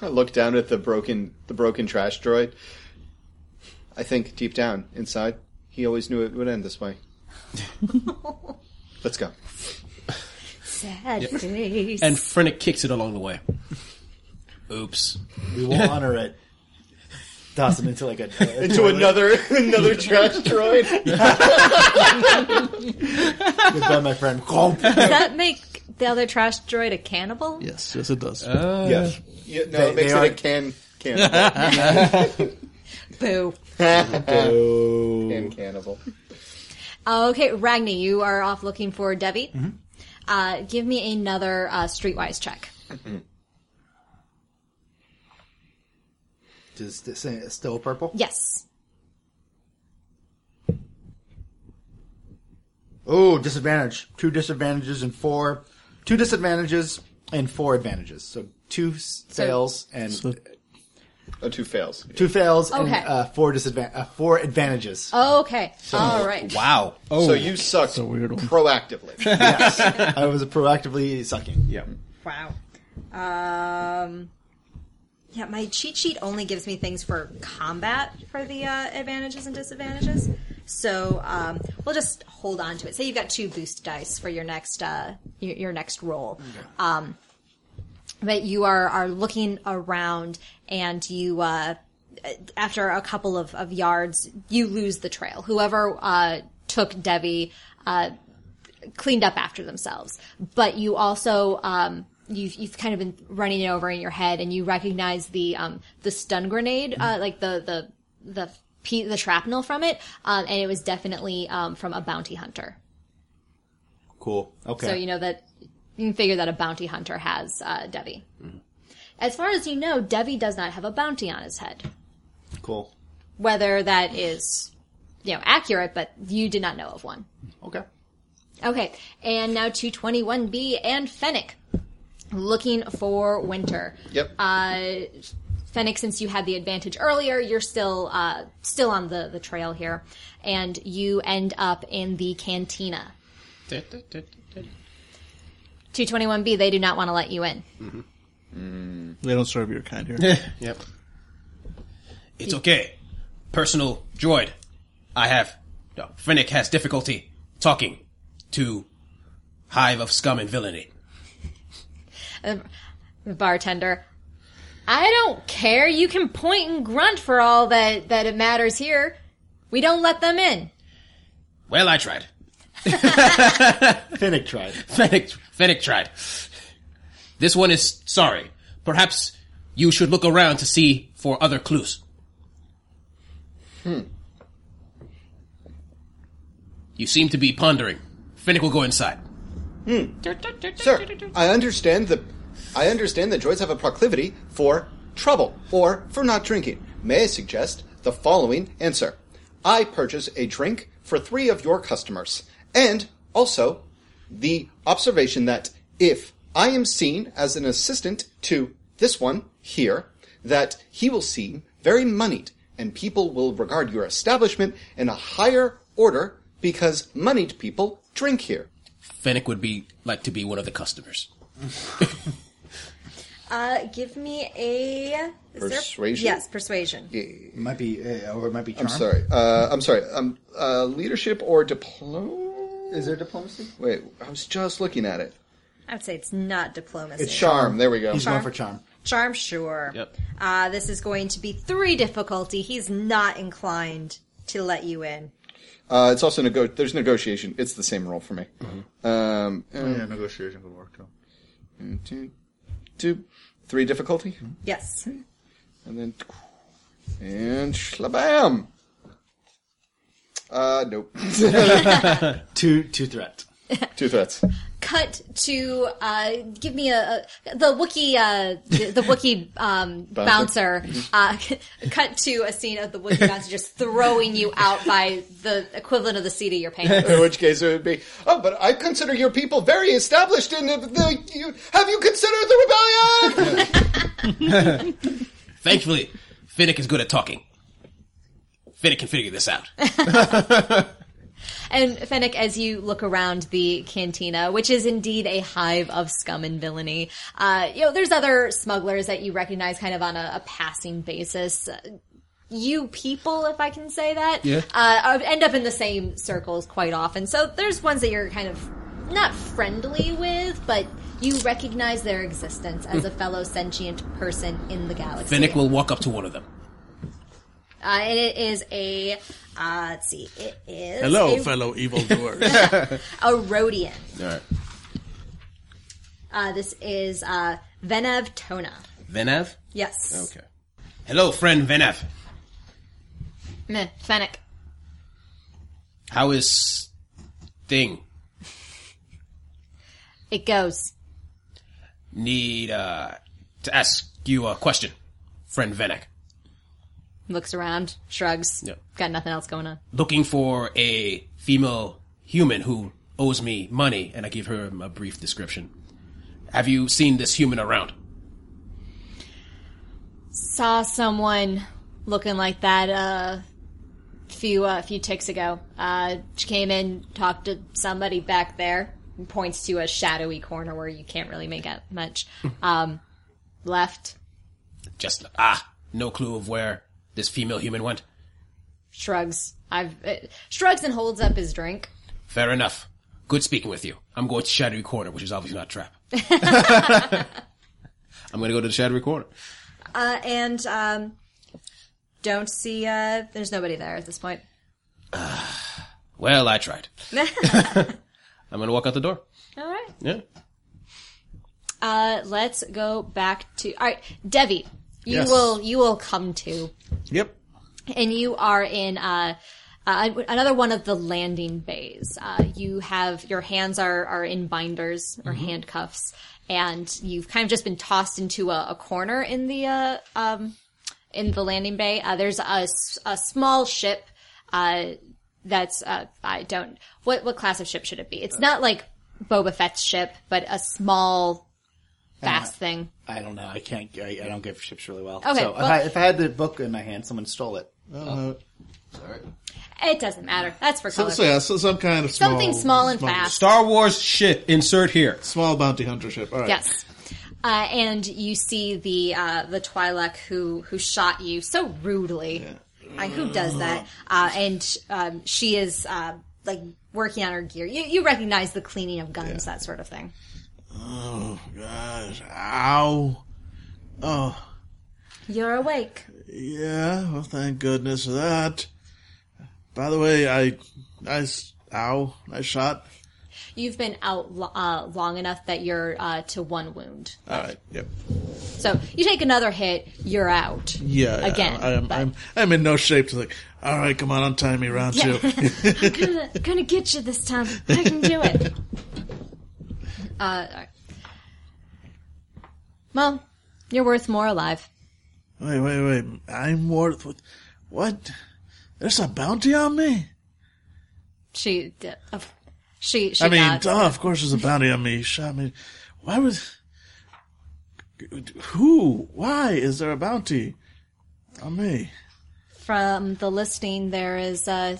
I look down at the broken the broken trash droid. I think deep down inside, he always knew it would end this way. Let's go. Sad face. And Frenic kicks it along the way. Oops. We will honor it. Toss him into like a, a Into another another trash droid. goodbye, my friend. Does that make the other trash droid a cannibal? Yes, yes, it does. Uh, yes. Yeah, no, They- it makes they it are- a can cannibal. Boo. can cannibal. Oh, Okay, Ragni, you are off looking for Debbie. Uh, give me another uh, streetwise check. Does this say it's still purple? Yes. Oh, disadvantage. Two disadvantages and four. Two disadvantages and four advantages. So two s- fails and Oh, two fails. two fails Okay. Oh. and uh, four disadvan- uh, four advantages. Okay. All right. Wow. Oh, so you sucked a weird one. proactively. Yes. I was proactively sucking. yeah. Wow. Um, yeah, my cheat sheet only gives me things for combat for the uh, advantages and disadvantages. So um, we'll just hold on to it. Say you've got two boost dice for your next uh, your, your next roll. Um, but you are are looking around and you. Uh, after a couple of, of yards, you lose the trail. Whoever uh, took Debbie uh, cleaned up after themselves. But you also um, you've you've kind of been running it over in your head, and you recognize the um, the stun grenade, uh, like the the the pe- the shrapnel from it, um, and it was definitely um, from a bounty hunter. Cool. Okay. So you know that you can figure that a bounty hunter has uh, Debbie. As far as you know, Debbie does not have a bounty on his head. Cool. Whether that is you know accurate, but you did not know of one. Okay. Okay, and now to 21B and Fennec. Looking for winter. Yep. Uh, Fennec, since you had the advantage earlier, you're still uh, still on the, the trail here, and you end up in the cantina. 221B, they do not want to let you in. They don't serve your kind here. Yep. It's okay. Personal droid. I have. No, Finnick has difficulty talking to Hive of Scum and Villainy. Um, The bartender, I don't care. You can point and grunt for all that, that it matters here. We don't let them in. Well, I tried. Finnick tried. Fennec, Fennec tried. This one is sorry. Perhaps you should look around to see for other clues. You seem to be pondering. Finnick will go inside. Sir, I understand the I understand that droids have a proclivity for trouble or for not drinking. May I suggest the following answer? I purchase a drink for three of your customers, and also the observation that if I am seen as an assistant to this one here, that he will seem very moneyed, and people will regard your establishment in a higher order because moneyed people drink here. Fennec would be like to be one of the customers. Uh, give me a is there- Persuasion? yes, persuasion. It might be, uh, or it might be charm. I'm sorry. Uh, I'm sorry. Um, uh, leadership or diplomacy? Is there diplomacy? Wait, I was just looking at it. I would say it's not diplomacy. It's Charm. There we go. He's going for charm. Charm, sure. Yep. Uh, this is going to be three difficulty. He's not inclined to let you in. Uh, it's also nego- there's negotiation. It's the same role for me. Mm-hmm. Um, Oh, Yeah, negotiation would work too. two, two, three difficulty, Mm-hmm. Yes. and then and shlabam. Uh, nope. Two, two threat. two threats. Cut to uh, give me a, a the Wookie uh, the, the Wookie um, Bouncer. bouncer. Uh, cut to a scene of the Wookie bouncer just throwing you out by the equivalent of the seat of your pants. In which case it would be, oh, but I consider your people very established in the, the you, have you considered the rebellion? Thankfully, Finnick is good at talking. Finnick can figure this out. And Fennec, as you look around the cantina, which is indeed a hive of scum and villainy, uh, you know, there's other smugglers that you recognize kind of on a, a passing basis. Uh, You people, if I can say that, Yeah. uh, are- end up in the same circles quite often. So there's ones that you're kind of not friendly with, but you recognize their existence as a fellow sentient person in the galaxy. Finnick will walk up to one of them. Uh, and it is a, uh, let's see, it is Hello, a, fellow evildoers. a Rhodian. Uh, this is uh, Venev Tona. Venev? Yes. Okay. Hello, friend Venev. Meh, Fennec. How is thing? It goes. Need uh, to ask you a question, friend Venek. Looks around, shrugs. Yeah. Got nothing else going on. Looking for a female human who owes me money, and I give her a brief description. Have you seen this human around? Saw someone looking like that uh, few uh, few ticks ago. Uh, she came in, talked to somebody back there, and points to a shadowy corner where you can't really make out much. Um, left, Just ah, no clue of where this female human went. shrugs. I've uh, shrugs and holds up his drink. Fair enough. Good speaking with you. I'm going to Shadowy Corner, which is obviously not a trap. I'm going to go to the Shadowy Corner. Uh, and um, don't see. Uh, there's nobody there at this point. Well, I tried. I'm going to walk out the door. All right. Yeah. Uh, let's go back to all right, Devi. You Yes. will you will come to, Yep. and you are in uh, uh, another one of the landing bays. Uh, you have your hands are are in binders or Mm-hmm. handcuffs, and you've kind of just been tossed into a, a corner in the uh, um, in the landing bay. Uh, there's a, s- a small ship. Uh, that's uh, I don't what what class of ship should it be? It's not like Boba Fett's ship, but a small fast thing. I don't know. I can't. I, I don't give ships really well. Okay, So if, well- I, if I had the book in my hand, someone stole it. Uh, It doesn't matter. That's for so, color. so yeah, so some kind of small, Something small and fast. Star Wars ship, insert here. Small bounty hunter ship. All right. Yes. Uh, and you see the uh, the Twi'lek who who shot you so rudely. Like, who does that? Uh, and um, she is uh, like working on her gear. You you recognize the cleaning of guns, that sort of thing. Oh gosh. Ow. Oh You're awake. yeah. Well, thank goodness for that. By the way, I, I, s- ow, I shot. You've been out lo- uh, long enough that you're uh, to one wound. All right. Yep. So you take another hit, you're out. Yeah. yeah, Again, I, am. but- I'm. I'm in no shape to like. All right, come on, untie me, round Yeah. two. gonna, gonna get you this time. I can do it. Uh, all right. Mom, you're worth more alive. Wait, wait, wait. I'm worth what? What? There's a bounty on me? She, d- of- she, she. I mean, nods. duh, of course there's a bounty on me. He shot me. Why was. Who? Why is there a bounty on me? from the listing, there is. Uh,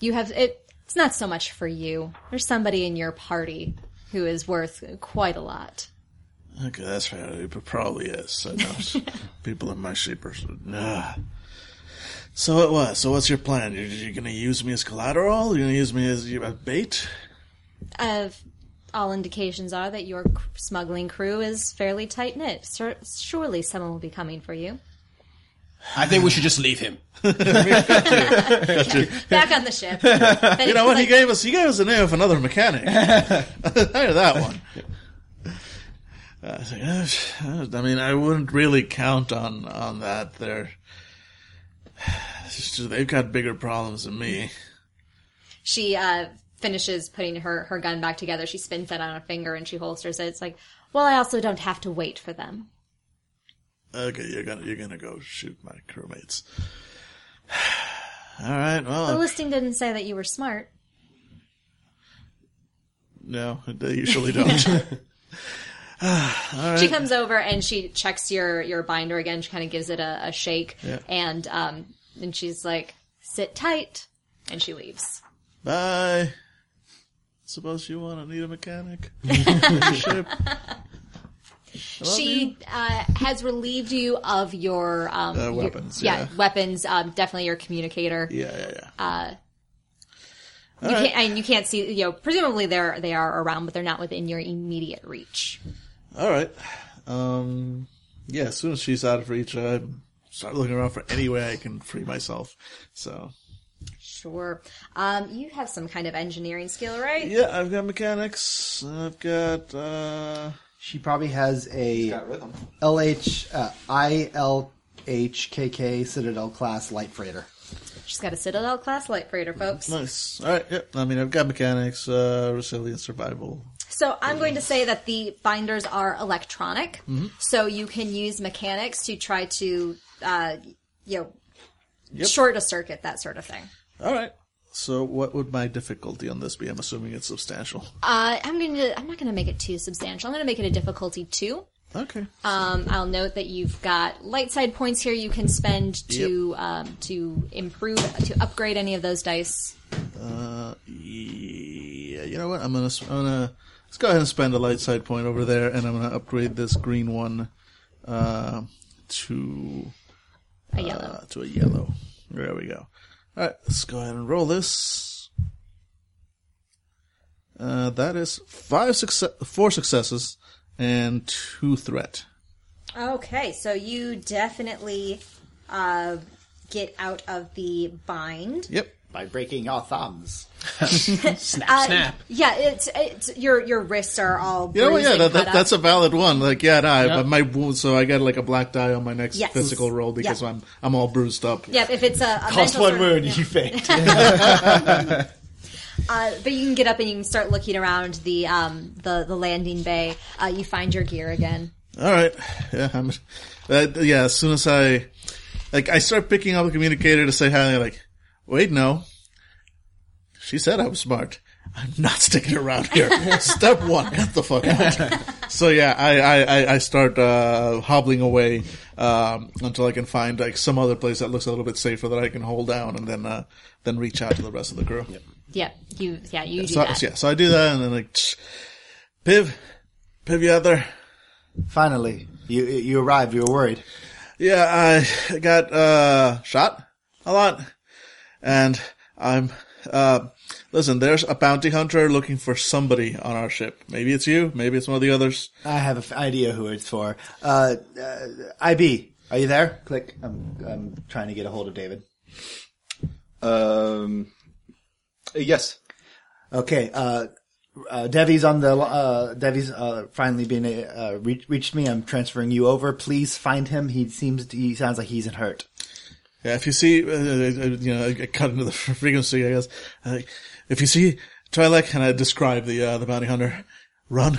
you have it. It's not so much for you. There's somebody in your party who is worth quite a lot. Okay, that's fair. It probably is. I know. People in my sheep are. Nah. So it was. So what's your plan? You're, you're going to use me as collateral? You're going to use me as uh, bait? Uh, all indications are that your c- smuggling crew is fairly tight knit. Sur- surely someone will be coming for you. I think we should just leave him. Back on the ship. Then You know what? he's he gave us he gave us the name of another mechanic. I heard that one. I, was like, "Ugh, ugh." I mean, I wouldn't really count on on that. They're it's just- they've got bigger problems than me. she uh, finishes putting her, her gun back together. She spins it on her finger and she holsters it. It's like, well, I also don't have to wait for them. Okay, you're gonna you're gonna go shoot my crewmates. All right. The Well, listing didn't say that you were smart. no, they usually don't. She comes over and she checks your, your binder again. She kind of gives it a, a shake and um, and she's like, sit tight. And she leaves. Bye. Suppose you want to need a mechanic. Ship. she uh, has relieved you of your, um, Uh, your- weapons, yeah. weapons. Um, definitely your communicator. Yeah, yeah, yeah. You can't, and you can't see. You know, presumably they're they are around, but they're not within your immediate reach. All right. Um, yeah, as soon as she's out of reach, I start looking around for any way I can free myself. So, Sure. Um, you have some kind of engineering skill, right? yeah, I've got mechanics. I've got, uh, She probably has a Got rhythm. LH uh, ILHKK Citadel class light freighter. She's got a Citadel class light freighter, folks. Nice. All right. Yep. I mean, I've got mechanics, uh, resilience, survival. So I'm going to say that the binders are electronic, so you can use mechanics to try to, uh, you know, short a circuit that sort of thing. All right. So, what would my difficulty on this be? I'm assuming it's substantial. Uh, I'm going to. I'm not going to make it too substantial. I'm going to make it a difficulty two. Okay. Um, I'll note that you've got light side points here. You can spend to um, to improve to upgrade any of those dice. Uh, yeah. You know what? I'm gonna. s- I'm gonna. Let's go ahead and spend a light side point over there, and I'm gonna upgrade this green one, uh, to A yellow. uh, to a yellow. There we go. All right. Let's go ahead and roll this. Uh, that is five success, four successes, and two threat. Okay, so you definitely uh, get out of the bind. Yep. By breaking your thumbs. Snap, Uh, snap. Yeah, it's it's your your wrists are all. You know what? bruised Yeah, and that, cut that, up. that's a valid one. Like, yeah, nah, but my wound, so I got like a black die on my next Yes. physical roll because Yeah. I'm I'm all bruised up. Yep, if it's a, a Cost mental one sort- wound, yeah. you faked. Uh, but you can get up and you can start looking around the um the the landing bay. Uh, you find your gear again. All right. Yeah. I'm, uh, yeah. As soon as I like, I start picking up the communicator to say hi. and they're like, wait, no. She said I was smart. I'm not sticking around here. Step one, get the fuck out. so yeah, I I, I, I start uh, hobbling away um, until I can find like some other place that looks a little bit safer that I can hold down, and then uh, then reach out to the rest of the crew. Yep, you yeah you do So that. yeah, so I do that, and then like, tch, Piv, Piv, you out there? Finally, you you arrived. You were worried. Yeah, I got uh shot a lot, and I'm uh listen. There's a bounty hunter looking for somebody on our ship. Maybe it's you. Maybe it's one of the others. I have an idea who it's for. Uh, uh, IB, are you there? Click. I'm I'm trying to get a hold of David. Um, yes. Okay. Uh, uh, Devi's on the uh, Devi's uh, finally been uh, re- reached me. I'm transferring you over. Please find him. He seems to, he sounds like he's in hurt. Yeah, if you see, uh, uh, you know, I cut into the frequency. I guess uh, if you see Twi'lek, and I describe the uh, the bounty hunter, run.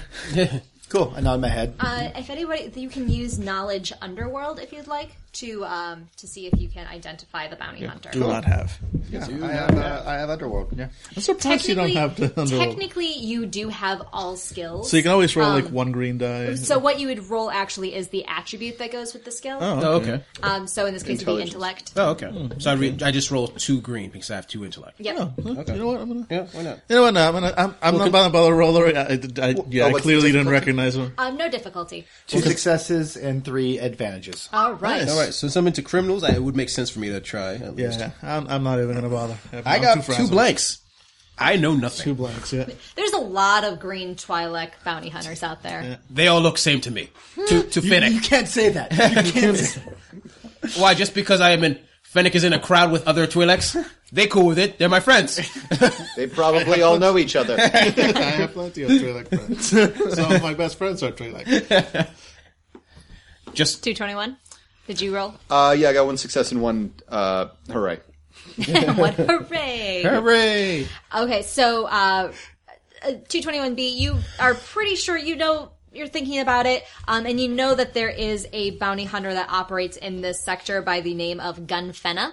Cool. I nod my head. Uh, if anybody, you can use knowledge underworld if you'd like to um to see if you can identify the bounty hunter. Do not have. I, have, uh, I have Underworld. Yeah. I'm surprised you don't have to. technically you do have all skills. so you can always roll like one green die. So what you would roll actually is the attribute that goes with the skill. Oh, okay. Um, so in this case, it'd be Intelligence. intellect. Oh, okay. So I, re- I just rolled two green because I have two intellect. Yep. You know what? I'm gonna. Yeah, why not? You know what? No, I'm gonna. I'm, I'm not gonna bother roller. I, I, I, yeah, oh, I what's the clearly didn't difficulty? recognize him. Um, no difficulty. Two successes and three advantages. All right. All right, so since I'm into criminals, I, it would make sense for me to try. At least. Yeah, I'm, I'm not even gonna bother. I'm, I I'm got two frazzled. blanks. I know nothing. Two blanks. Yeah. There's a lot of green Twi'lek bounty hunters out there. They all look same to me. to to Fennec. You can't say that. You can't say Why? Just because I am in Fennec is in a crowd with other Twi'leks. They cool with it. They're my friends. They probably all know each other. I have plenty of Twi'lek friends. Some of my best friends are Twi'lek. Just Two twenty one. Did you roll? Uh, yeah, I got one success and one, uh, hooray. What? Hooray! Hooray! Okay, so uh, two twenty one B. You are pretty sure you know. You're thinking about it, um, and you know that there is a bounty hunter that operates in this sector by the name of Gunfenna.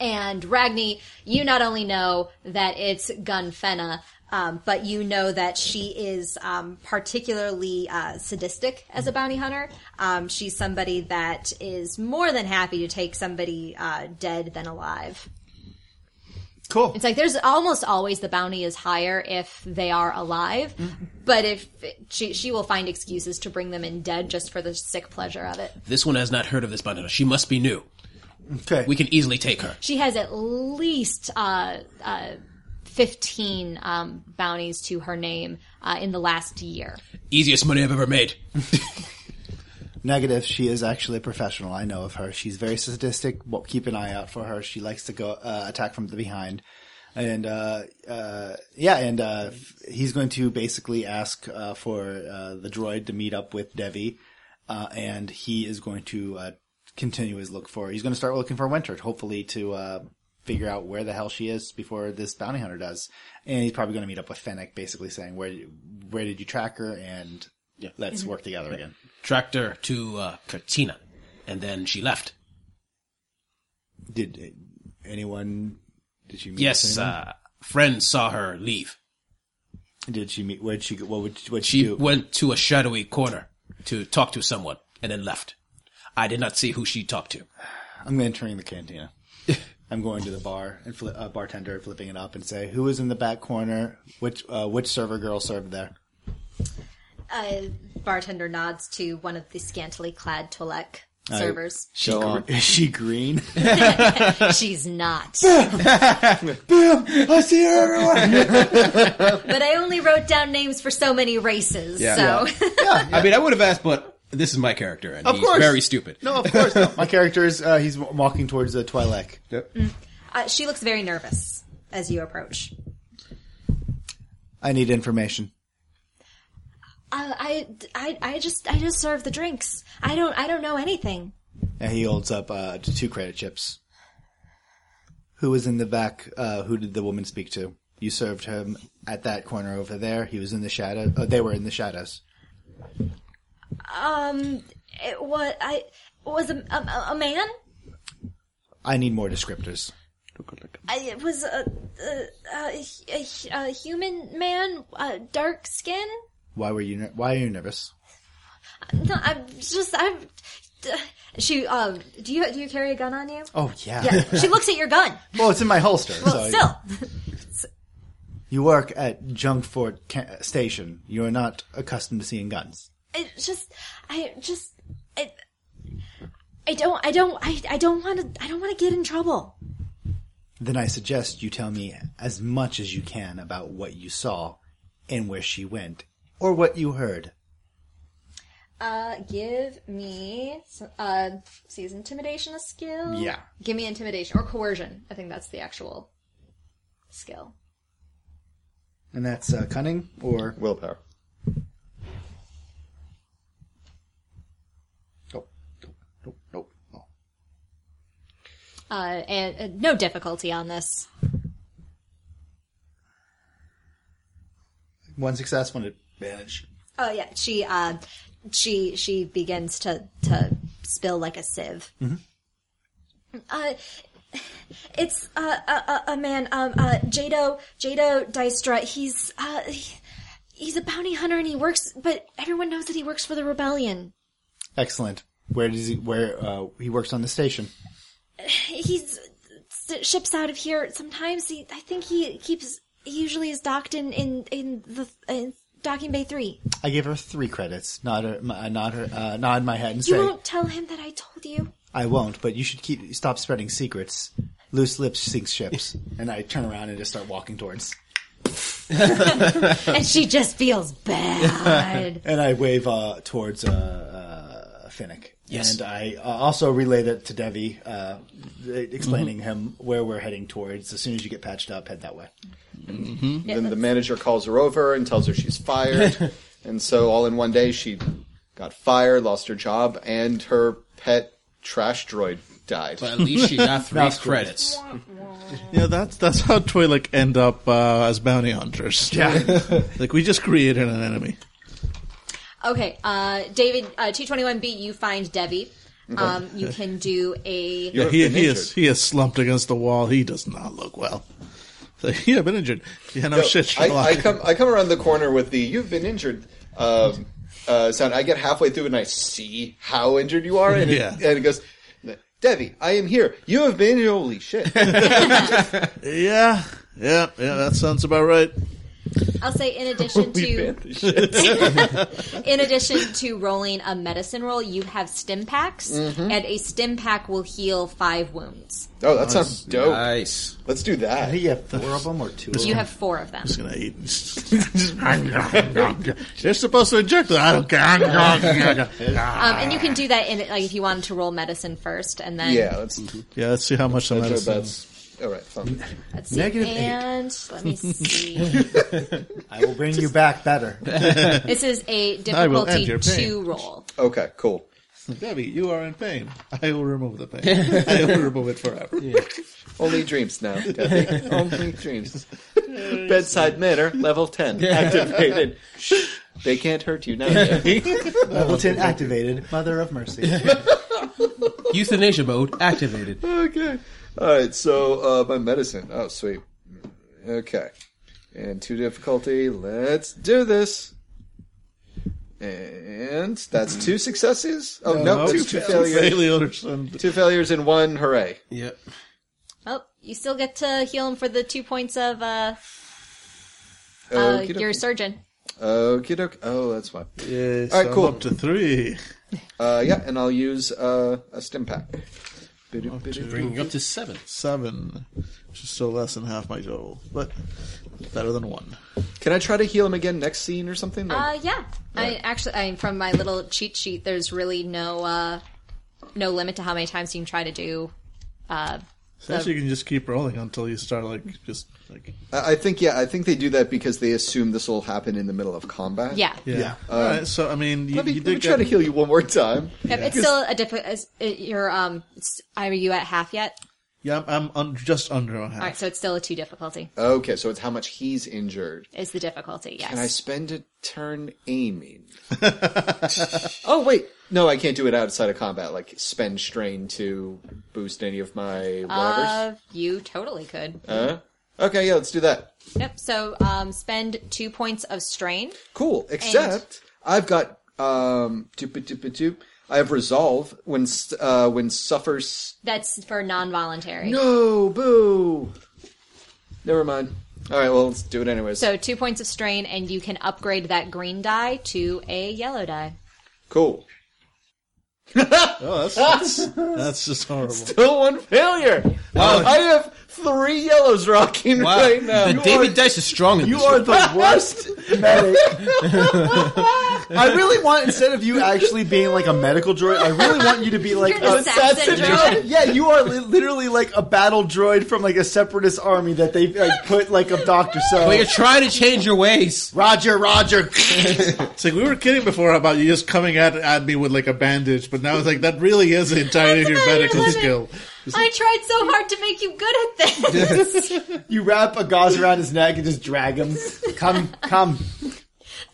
And Ragni, you not only know that it's Gunfenna, um, but you know that she is um, particularly uh, sadistic as a bounty hunter. Um, she's somebody that is more than happy to take somebody uh, dead than alive. Cool. It's like there's almost always the bounty is higher if they are alive, Mm-hmm. but if she she will find excuses to bring them in dead just for the sick pleasure of it. this one has not heard of this bandana. She must be new. Okay. We can easily take her. She has at least uh, uh, fifteen um, bounties to her name uh, in the last year. Easiest money I've ever made. Negative. She is actually a professional. I know of her. She's very sadistic. Well, keep an eye out for her. She likes to go uh, attack from the behind. and uh, uh, yeah, and uh, he's going to basically ask uh, for uh, the droid to meet up with Devi, uh, and he is going to uh, continue his look for. He's going to start looking for Winter, hopefully to uh, figure out where the hell she is before this bounty hunter does. And he's probably going to meet up with Fennec, basically saying where where did you track her, and let's work together again. Tracked her to uh, Katina, and then she left. Did anyone? Did she meet? Yes, with anyone? uh, friends saw her leave. did she meet? Where'd she? go? What would? What'd she, She do? went to a shadowy corner to talk to someone, and then left. I did not see who she talked to. I'm entering the cantina. I'm going to the bar and fli uh, bartender flipping it up and say, "Who was in the back corner? Which uh, which server girl served there?" Uh, bartender nods to one of the scantily clad Tolek servers. She Go gr- on. is she green? She's not. I see her everywhere. but I only wrote down names for so many races. Yeah. So I mean, I would have asked, but this is my character, and he's course. very stupid. no, of course not. My character is uh, he's w- walking towards the Twi'lek. uh, she looks very nervous as you approach. I need information. Uh, I, I, I just I just serve the drinks. I don't I don't know anything. And he holds up uh, t- two credit chips. Who was in the back? Uh, who did the woman speak to? You served him at that corner over there. He was in the shadow. Uh, they were in the shadows. It was I it was a, a, a man. I need more descriptors. I, it was a, a, a, a, a human man, uh, dark skin. Why were you? Ner- why are you nervous? No, I'm just I'm. d- She um. Do you do you carry a gun on you? Oh yeah. Yeah. she looks at your gun. Well, it's in my holster. Well, so still. You work at Junkford ca- Station. You are not accustomed to seeing guns. It's just I just I I don't I don't I, I don't want to I don't want to get in trouble. Then I suggest you tell me as much as you can about what you saw and where she went or what you heard. Uh, give me some- uh, see, is intimidation a skill? Yeah. Give me intimidation or coercion. I think that's the actual skill. And that's uh, cunning or Willpower. nope, nope, nope, nope. no. Uh, and uh, no difficulty on this. one success, one advantage. Oh yeah, she uh, she she begins to to spill like a sieve. Uh, it's uh, a, a, a man, um, uh, Jado Jado Dystra. He's uh, he- he's a bounty hunter and he works, but everyone knows that he works for the rebellion. Excellent. Where does he? Where uh, he works on the station? He's s- ships out of here sometimes. He, I think he keeps. He usually is docked in in in the in docking bay three. I gave her three credits. Nod her, my, uh, nod her, uh, nod my head and You say, won't tell him that I told you. I won't, but you should keep stop spreading secrets. Loose lips sink ships. and I turn around and just start walking towards. and she just feels bad. And I wave uh, towards uh, uh, Finnick. Yes. And I uh, also relay that to Devi, uh, explaining him where we're heading towards. As soon as you get patched up, head that way. then the manager calls her over and tells her she's fired. and so all in one day, she got fired, lost her job, and her pet trash droid died. But at least she got three That's good. credits. Yeah, that's that's how Twi'lek end up uh, as bounty hunters. Yeah, like we just created an enemy. Okay, uh, David, uh, 221B, you find Debbie. Um, you can do a. Yeah, You've he, been he injured. is he is slumped against the wall. He does not look well. So, yeah, I've been injured. Yeah, no, So shit, I, Sherlock. I come I come around the corner with the "You've been injured" um, uh, sound. I get halfway through and I see how injured you are, and, Yeah. it, and it goes, "Debbie, I am here. You have been holy shit." yeah, yeah, yeah. That sounds about right. I'll say in addition to in addition to rolling a medicine roll, you have stim packs, and a stim pack will heal five wounds. oh, that sounds dope. Nice. Let's do I that. think you have four of them or two of You them. have four of them. Just gonna eat. They're supposed to inject it. I don't care. Um, and you can do that in like if you wanted to roll medicine first, and then Yeah, let's yeah, let's see how much the that's our medicine. bets. All right, fine. Let's see. Negative eight. and let me see. I will bring you back better. this is will a end difficulty your pain. two roll. Okay, cool. Debbie, you are in pain. I will remove the pain. I will remove it forever. Only dreams now, Debbie. Only dreams. Bedside manner, level 10. Activated. Shh. They can't hurt you now, Debbie. Level 10 activated. Mother of mercy. Euthanasia mode activated. Okay. All right, so uh, my medicine. Oh, sweet. Okay. And two difficulty. Let's do this. And that's two successes? Oh, no, that's two, failures. Failures and Two failures and one hooray. Yep. Well, Oh, you still get to heal him for the two points of uh, uh, Okey-dokey. your surgeon. Okey doke. Oh, that's fine. yes, All right, I'm cool. up to three. Uh, yeah, and I'll use uh, a stim pack. Bringing you up to seven. Seven, which is still less than half my total, but better than one. Can I try to heal him again next scene or something? Like- Uh, yeah. I actually, I, from my little cheat sheet, there's really no uh, no limit to how many times you can try to do. Uh, So actually, you can just keep rolling until you start like just like Uh, I I think yeah, I think they do that because they assume this will happen in the middle of combat. yeah. yeah. All right, so I mean, you, Let me, you let me did try to get heal you one more time. Yep, It's still a different. Your um, it's, are you at half yet? yeah. I'm, I'm un, just under a half. All right, so it's still a two difficulty. Okay, so it's how much he's injured. Is the difficulty? Yes. And I spend a turn aiming. oh wait, no, I can't do it outside of combat. Like spend strain to boost any of my whatevers. Uh, you totally could. okay, yeah, let's do that. Yep. So um, spend two points of strain. Cool. Except I've got um doop doop doop. I have resolve when s- uh when suffers That's for non-voluntary. No, boo. Never mind. All right, well, let's do it anyways. So two points of strain, and you can upgrade that green die to a yellow die. cool. Oh, that's that's, that's just horrible. Still one failure. Oh. I have three yellows rocking right now. The David Dice is strong in You this. are the worst medic. I really want, instead of you actually being like a medical droid, I really want you to be like You're an a assassin droid. Yeah, you are li- literally like a battle droid from like a separatist army that they like, put like a doctor. But So you're trying to change your ways. Roger, Roger. It's like we were kidding before about you just coming at, at me with like a bandage, but now it's like that really is the entirety of your That's medical another skill. limit. I tried so hard to make you good at this. you wrap a gauze around his neck and just drag him. Come, come.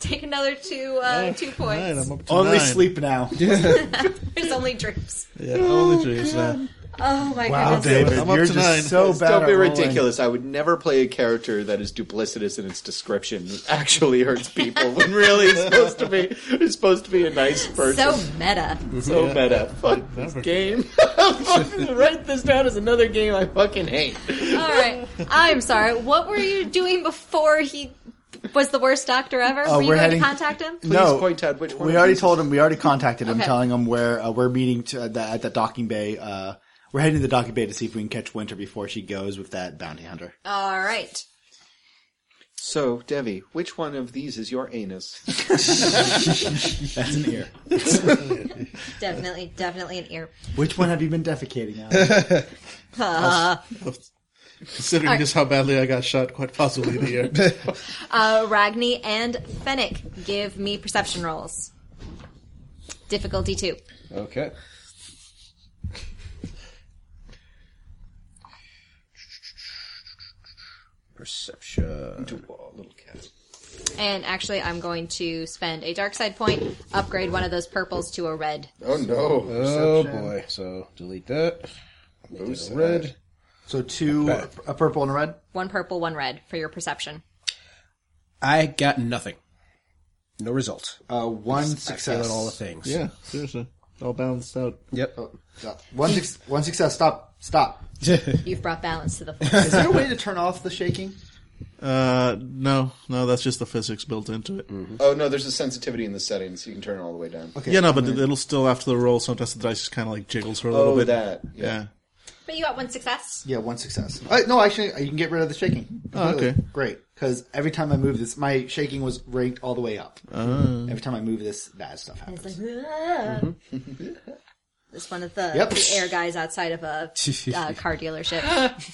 Take another two uh, two All right, points. I'm up to Only nine. sleep now. There's only dreams. Yeah, only dreams now. Oh my Wow, goodness. David, I'm up you're to just nine. so bad. Don't at be rolling. ridiculous. I would never play a character that is duplicitous in its description. It actually hurts people when really it's supposed to be it's supposed to be a nice person. So meta. So, meta. Fuck this game. Write this down as another game I fucking hate. All right. I'm sorry. What were you doing before he was the worst doctor ever? were you we're going heading- to contact him? Please point out which one we of already these told him. We already contacted him, Okay. telling him where uh, we're meeting to, at, the, at the docking bay. Uh, we're heading to the docking bay to see if we can catch Winter before she goes with that bounty hunter. All right. So, Devi, which one of these is your anus? That's an ear. Definitely, definitely an ear. Which one have you been defecating on? Considering just how badly I got shot, quite possibly in the air. Uh, Ragni and Fennec, give me perception rolls. Difficulty two. Okay. Perception. little cat. And actually, I'm going to spend a dark side point, upgrade one of those purples to a red. Oh no. Oh boy. So delete that. Boost Red. so two, a purple and a red. One purple, one red for your perception. I got nothing. No result. Uh, one Fail success. at all the things. yeah, seriously. All balanced out. Yep. Uh, One, suc- one success. Stop. Stop. You've brought balance to the force. Is there a way to turn off the shaking? Uh, no, no, that's just the physics built into it. Oh no, there's a sensitivity in the settings. You can turn it all the way down. Okay. Yeah, no, but it'll still, after the roll, sometimes the dice just kind of like jiggles for a little Oh, bit. that. Yeah. Yeah. but you got one success. Yeah, one success. Uh, no, actually, you can get rid of the shaking. completely. okay. great. Because every time I move this, my shaking was ranked all the Oh. way up. Every time I move this, bad stuff happens. It's like, "Ah." It's one of the, Yep. the air guys outside of a uh, car dealership.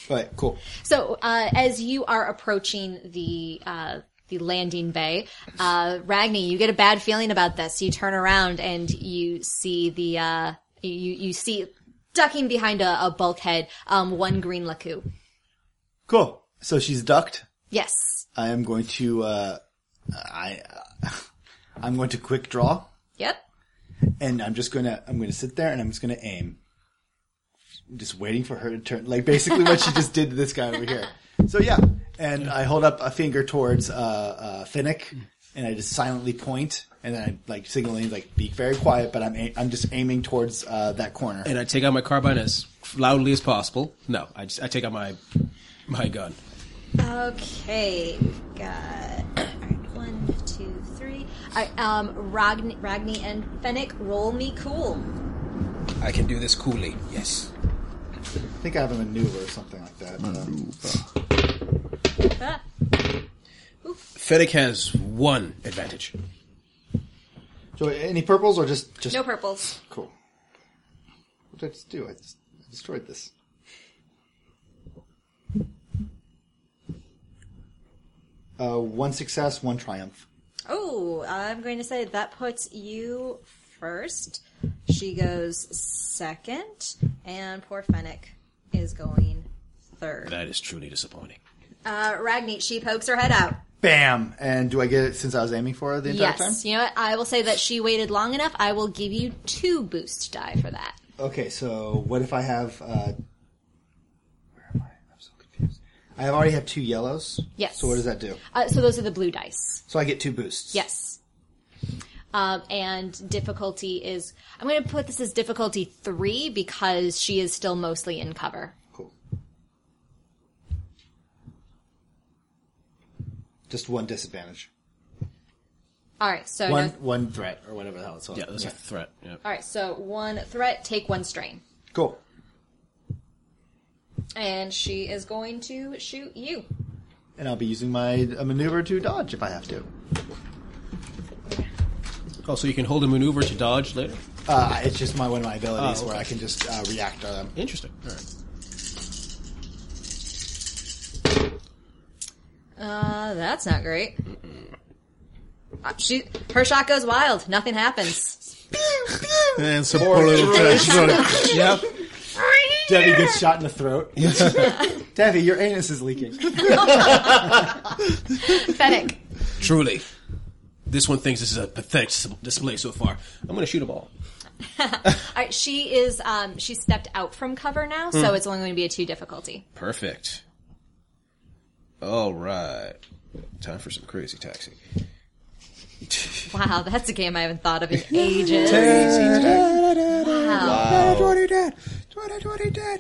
Right, cool. So uh, as you are approaching the uh, the landing bay, uh, Ragni, you get a bad feeling about this. You turn around and you see the uh, you you see ducking behind a, a bulkhead um, one green laku. Cool. So she's ducked. Yes. I am going to, uh, I, uh, I'm going to quick draw Yep. and I'm just gonna, I'm gonna sit there and I'm just gonna aim. I'm just waiting for her to turn, like basically what she just did to this guy over here. So yeah. And I hold up a finger towards, uh, uh, Finnick and I just silently point and then I like signaling, like be very quiet, but I'm, a- I'm just aiming towards, uh, that corner. And I take out my carbine as loudly as possible. No, I just I take out my my gun. Okay, we've got all right, one, two, three. All right, um, Ragni, Ragni and Fennec, roll me cool. I can do this coolly. Yes. I think I have a maneuver or something like that. uh, Ah, Fennec has one advantage. So any purples or just, just no purples. Cool. What did I just do? I, just, I destroyed this. Uh, one success, one triumph. Oh, I'm going to say that puts you first. She goes second, and poor Fennec is going third. That is truly disappointing. Uh, Ragni, she pokes her head out. Bam! And do I get it since I was aiming for her the entire Yes, time? you know what? I will say that she waited long enough. I will give you two boost die for that. Okay, so what if I have? Uh, where am I? I'm so confused. I already have two yellows. Yes. So what does that do? Uh, so those are the blue dice. So I get two boosts. Yes. Um, and difficulty is, I'm going to put this as difficulty three because she is still mostly in cover. Cool. Just one disadvantage. All right, so One no- one threat or whatever the hell it's called. Yeah, that's a threat. Yeah. all right, so one threat, take one strain, Cool. and she is going to shoot you. And I'll be using my uh, maneuver to dodge if I have to. Oh, so you can hold a maneuver to dodge later. Uh, it's just my one of my abilities Oh, okay. where I can just uh, react to them. Interesting. All right. Uh, that's not great. Uh, she, her shot goes wild. Nothing happens. And some poor little trash. dog. Yep. Debbie gets shot in the throat. Debbie, your anus is leaking. Fennec. Truly, this one thinks this is a pathetic s- display so far. I'm going to shoot a ball. All right, she is. Um, she stepped out from cover now, so it's only going to be a two difficulty. Perfect. All right. Time for some crazy taxi. Wow, that's a game I haven't thought of in ages. Oh.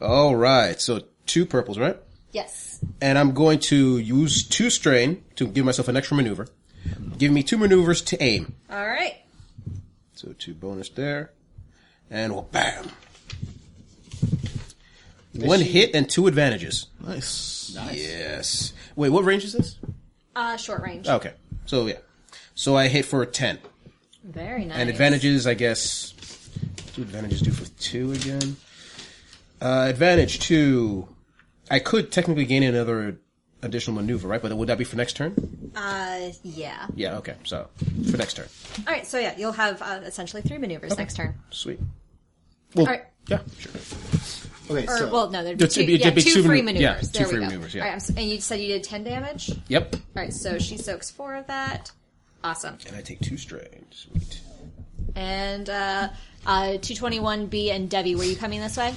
All right. So two purples, right? Yes. And I'm going to use two strain to give myself an extra maneuver. Give me two maneuvers to aim. All right. So two bonus there. And well, bam. One hit and two advantages. Nice. Yes. Wait, what range is this? Oh, Uh, short range. Okay. So yeah. So I hit for a 10. Very nice. And advantages, I guess. Do advantages do for two again? Uh, advantage two. I could technically gain another additional maneuver, right? But would that be for next turn? Uh, yeah. Yeah, okay. So, for next turn. All right. So yeah, you'll have uh, essentially three maneuvers next turn. Sweet. Well, All right. yeah, sure. Okay, Or so well, no, there'd be There'd two, be- yeah, there'd be two two free manu- maneuvers. yeah, two there we free go. maneuvers, yeah. All right, I'm s- and you said you did ten damage. All Yep. right. So she soaks four of that. Awesome. And I take two strain. Sweet. And uh, uh, two twenty one B and Debbie, were you coming this way?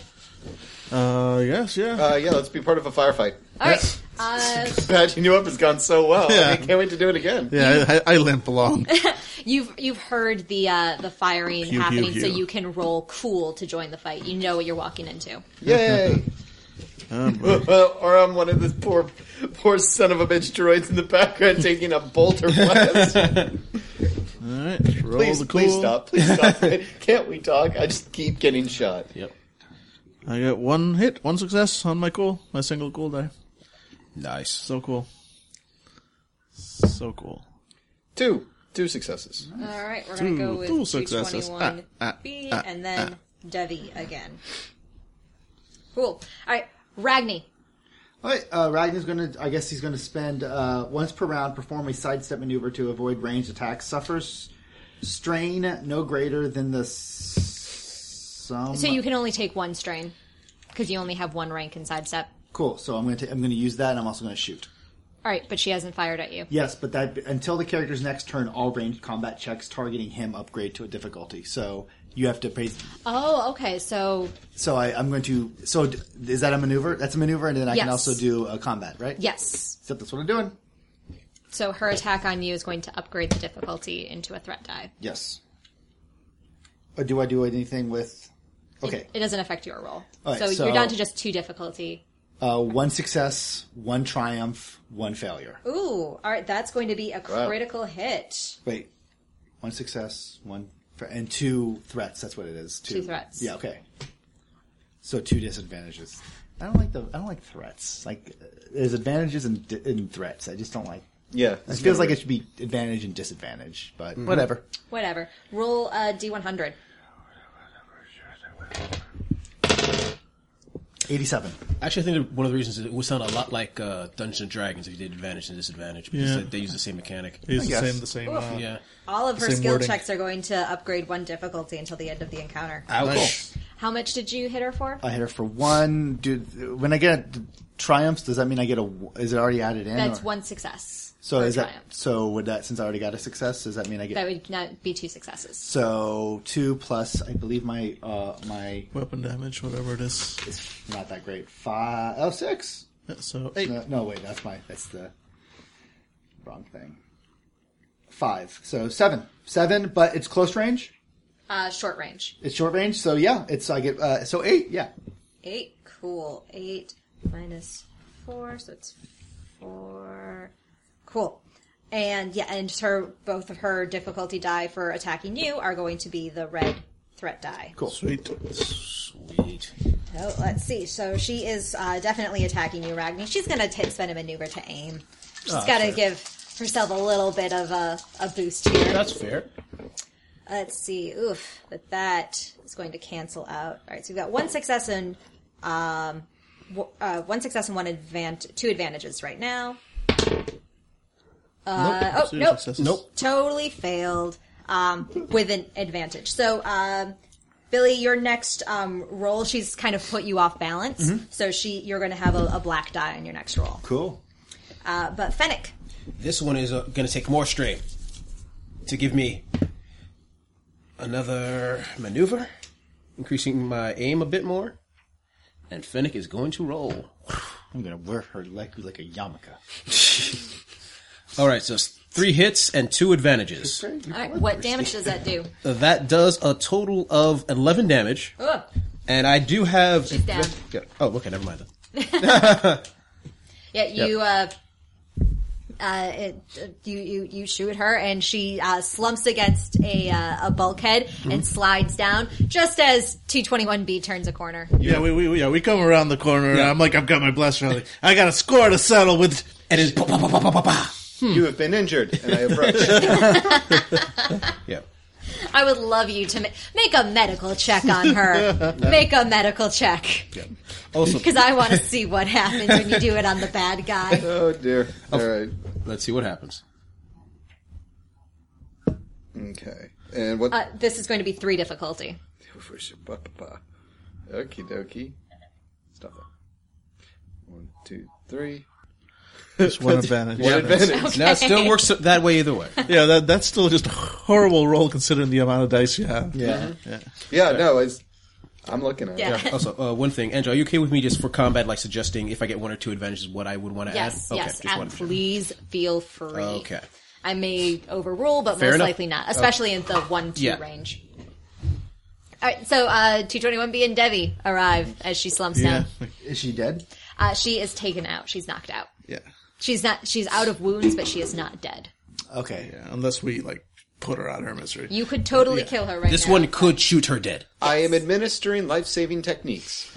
Uh, yes, yeah. Uh, yeah, let's be part of a firefight. All right. Uh, Patching you up has gone so well. I Yeah. can't wait to do it again. yeah, I, I- I limp along. you've you've heard the uh, the firing Pew, pew, happening, so pew. you can roll cool to join the fight. You know what you're walking into. Yay! Oh, Well, or I'm one of the poor, poor son of a bitch droids in the background taking a bolter blast. All right, roll please, the cool. please stop. Please stop. Can't we talk? I just keep getting shot. Yep. I got one hit, one success on my cool, my single cool die. Nice. So cool. So cool. Two. Two successes. All right, we're going to go Two- with two successes. 221B Ah, ah, ah, and then Devi again. Cool. All right, Ragni. All right, uh, Ragnar's going to, I guess he's going to spend uh, once per round perform a sidestep maneuver to avoid ranged attacks. Suffers strain no greater than the s- sum. So you can only take one strain because you only have one rank in sidestep. cool. So I'm going to I'm going to use that, and I'm also going to shoot. All right, but she hasn't fired at you. Yes, but that until the character's next turn, all ranged combat checks targeting him upgrade to a difficulty. So you have to pay. Oh, okay. So So I, I'm going to. So d- is that a maneuver? That's a maneuver, and then I can Yes. also do a combat, right? yes. Except that's what I'm doing. So her attack on you is going to upgrade the difficulty into a threat die. Yes. Or do I do anything with? Okay, It doesn't affect your roll. All right, so, so- you're down to just two difficulty. uh, one success, one triumph, one failure. Ooh, all right. That's going to be a critical hit. Wait, one success, one fa- and two threats. That's what it is. Two, Two threats. Yeah. Okay. So two disadvantages. I don't like the. I don't like threats. Like uh, there's advantages and, di- and threats. I just don't like. Yeah. It feels like it should be advantage and disadvantage, but whatever. Whatever. Roll uh, a d100. Eighty-seven. Actually, I think that one of the reasons is it would sound a lot like uh, Dungeons and Dragons if you did advantage and disadvantage because Yeah. they, they use the same mechanic. It's the guess. same, the same. Uh, yeah. All of her Same skill wording. checks are going to upgrade one difficulty until the end of the encounter. nice. How much did you hit her for? Uh, I hit her for one. Dude, when I get triumphs, does that mean I get a? Is it already added in? That's or- one success. So per is triumph. that? So would that? Since I already got a success, does that mean I get? That would not be two successes. so two plus, I believe my uh my Weapon damage, whatever it is. It's not that great. Five oh six. Yeah, So eight. No, no, wait, that's my that's the wrong thing. Five. So seven. Seven, but it's close range. Uh, short range. It's short range, so yeah, it's I get uh, so eight, yeah. Eight. Cool. Eight minus four, so it's four. Cool. And yeah, and her both of her difficulty die for attacking you are going to be the red threat die. Cool. Sweet. Sweet. So Oh, let's see. So she is uh, definitely attacking you, Ragni. She's going to spend a maneuver to aim. She's Ah, got to give herself a little bit of a, a boost here. That's fair. Let's see. Oof, but that is going to cancel out. All right, so we've got one success and um, w- uh, one success and one advant, two advantages right now. Uh, oh, Zero nope, successes. totally failed um, with an advantage. So, um, Billy, your next um, roll, she's kind of put you off balance. So she, you're going to have a, a black die on your next roll. Cool. Uh, but Fennec, This one is uh, going to take more strain to give me another maneuver, increasing my aim a bit more. And Finnick is going to roll. I'm gonna wear her leg like a yarmulke. All right, so it's three hits and two advantages. all right, what damage does that do? Uh, That does a total of 11 damage. Ugh. And I do have. She's down. Yeah. Oh, okay, never mind. Yeah, you uh, uh, it, uh, you you you shoot her, and she uh, slumps against a uh, a bulkhead and slides down just as two twenty one B turns a corner. Yeah, we, we yeah we come around the corner and I'm like I've got my blaster. I'm like, I got a score to settle with. And it's. pa, pa, pa, pa, pa, pa, pa. You have been injured, and I approach. Yeah. I would love you to ma- make a medical check on her. make a medical check Also, because I want to see what happens when you do it on the bad guy. oh dear. All right. let's see what happens. Okay. And what? Uh, this is going to be three difficulty. Okie dokie. Stop that. One, two, three. Just one advantage. One advantage. Now, it still works that way either way. Yeah, that that's still just a horrible roll considering the amount of dice you have. Yeah. Yeah. No, it's. I'm looking at. Yeah. it. Also, uh, one thing, Angela, are you okay with me just for combat, like suggesting if I get one or two advantages, what I would want to Yes, add? yes, just and wanted to- please feel free. Okay. I may overrule, but Fair most enough. likely not, especially in the one two Yeah. range. All right, so uh, 221B and Devi arrive as she slumps Yeah. down. Is she dead? Uh, she is taken out. She's knocked out. Yeah. She's not. She's out of wounds, but she is not dead. Okay. Yeah. Unless we like put her out of her misery. You could totally Yeah. kill her right This now. one could shoot her dead. I am administering life-saving techniques.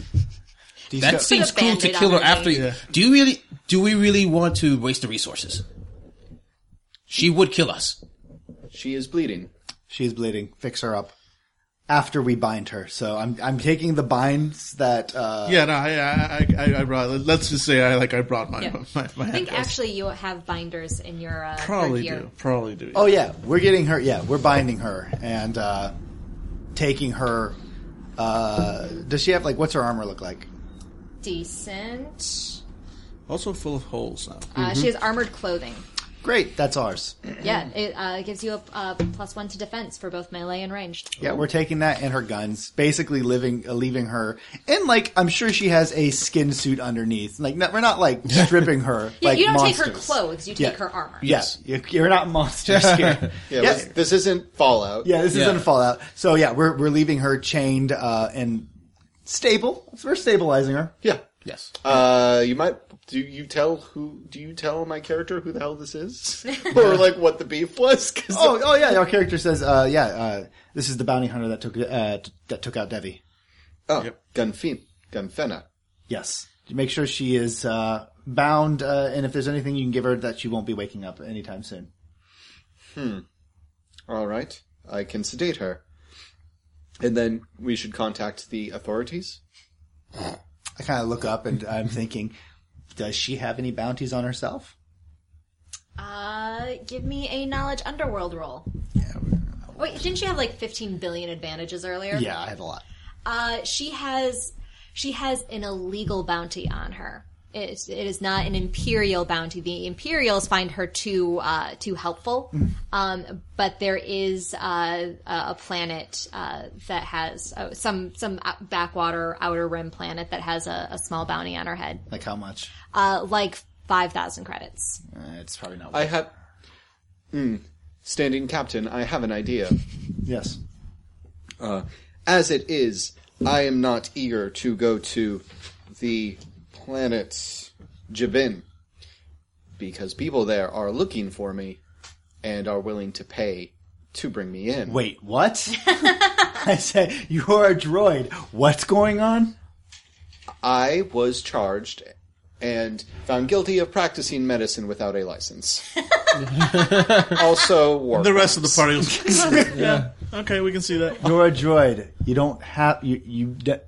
Do you That still- seems a cool to Band-Aid kill her on her after. knee. Yeah. Do you really? Do we really want to waste the resources? She would kill us. She is bleeding. She's bleeding. Fix her up. After we bind her, so I'm I'm taking the binds that uh, Yeah, no, I, I, I, I, I brought. Let's just say I like I brought my Yeah. my, my I think handcuffs. actually you have binders in your uh, probably your gear. do, probably do. Oh yeah, we're getting her. Yeah, we're binding her and uh, taking her. Uh, does she have like what's her armor look like? Decent. Also full of holes now. Uh, Mm-hmm. She has armored clothing. Great, that's ours. Yeah, it uh, gives you a uh, plus one to defense for both melee and ranged. Yeah, we're taking that and her guns. Basically, living uh, leaving her and like I'm sure she has a skin suit underneath. Like no, we're not like stripping her. You, like you don't take her monsters. clothes; you take Yeah. her armor. Yes, You, you're not monsters here. Yeah, Yeah. This, this isn't Fallout. Yeah, this Yeah. isn't Fallout. So yeah, we're we're leaving her chained uh, and stable. We're stabilizing her. yeah. Yes. Uh, you might. Do you tell who? Do you tell my character who the hell this is, or like what the beef was? 'Cause- Oh, oh yeah, our character says, uh, yeah, uh, this is the bounty hunter that took uh, t- that took out Devi. oh, Gunfin, Gunfena. Yes, make sure she is uh, bound, uh, and if there's anything you can give her, that she won't be waking up anytime soon. All right, I can sedate her, and then we should contact the authorities. I kind of look up and I'm thinking, does she have any bounties on herself? Uh, give me a knowledge underworld roll. Wait, didn't she have like 15 billion advantages earlier? Yeah, I had a lot. Uh, she has she has an illegal bounty on her. It, it is not an imperial bounty. The Imperials find her too uh, too helpful, um, but there is uh, a a planet uh, that has uh, some some out- backwater outer rim planet that has a, a small bounty on her head, Like how much? uh, like five thousand credits. Uh, it's probably not. I have. Hmm. standing captain, I have an idea. yes. As it is, I am not eager to go to the planet Jabin because people there are looking for me and are willing to pay to bring me in. Wait, what? I said you are a droid. What's going on? I was charged and found guilty of practicing medicine without a license. also, war The rest of the crimes. party was yeah. Uh, Okay, we can see that. You're a droid. You don't have you. You de-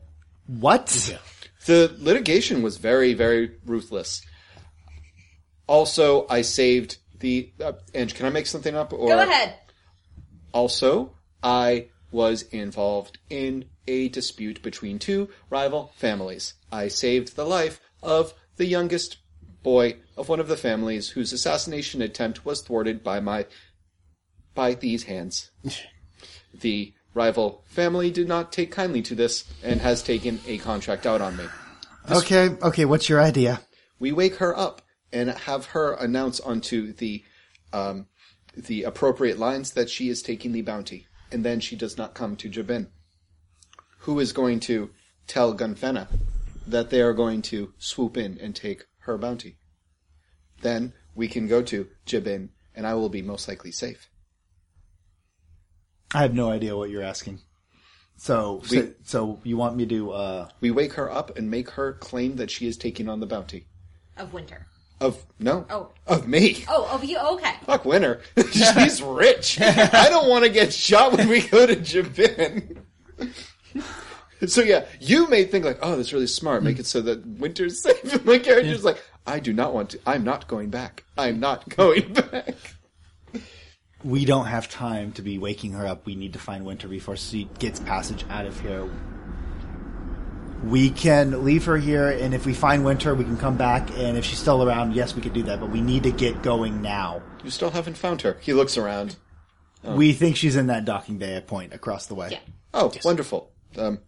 what? The litigation was very, very ruthless. Also, I saved the. Uh, Ange, can I make something up? Or Go ahead. Also, I was involved in a dispute between two rival families. I saved the life of the youngest boy of one of the families whose assassination attempt was thwarted by my by these hands. the rival family did not take kindly to this and has taken a contract out on me. Okay, okay. What's your idea? We wake her up and have her announce onto the um, the appropriate lines that she is taking the bounty, and then she does not come to Jabin. Who is going to tell Gunfena that they are going to swoop in and take her bounty? Then we can go to Jabin, and I will be most likely safe. I have no idea what you're asking. So, so, We- so you want me to? uh We wake her up and make her claim that she is taking on the bounty Of winter. of no Oh. of me. Oh, of you. Okay. Fuck winter. She's rich. I don't want to get shot when we go to Japan. so yeah, you may think like, oh, that's really smart. Make it so that winter's safe. And my character's like, I do not want to. I'm not going back. I'm not going back. We don't have time to be waking her up. We need to find Winter before she gets passage out of here. We can leave her here, and if we find Winter, we can come back. And if she's still around, yes, we could do that. But we need to get going now. You still haven't found her. He looks around. We think she's in that docking bay point across the way. Yeah. Oh, wonderful. Um,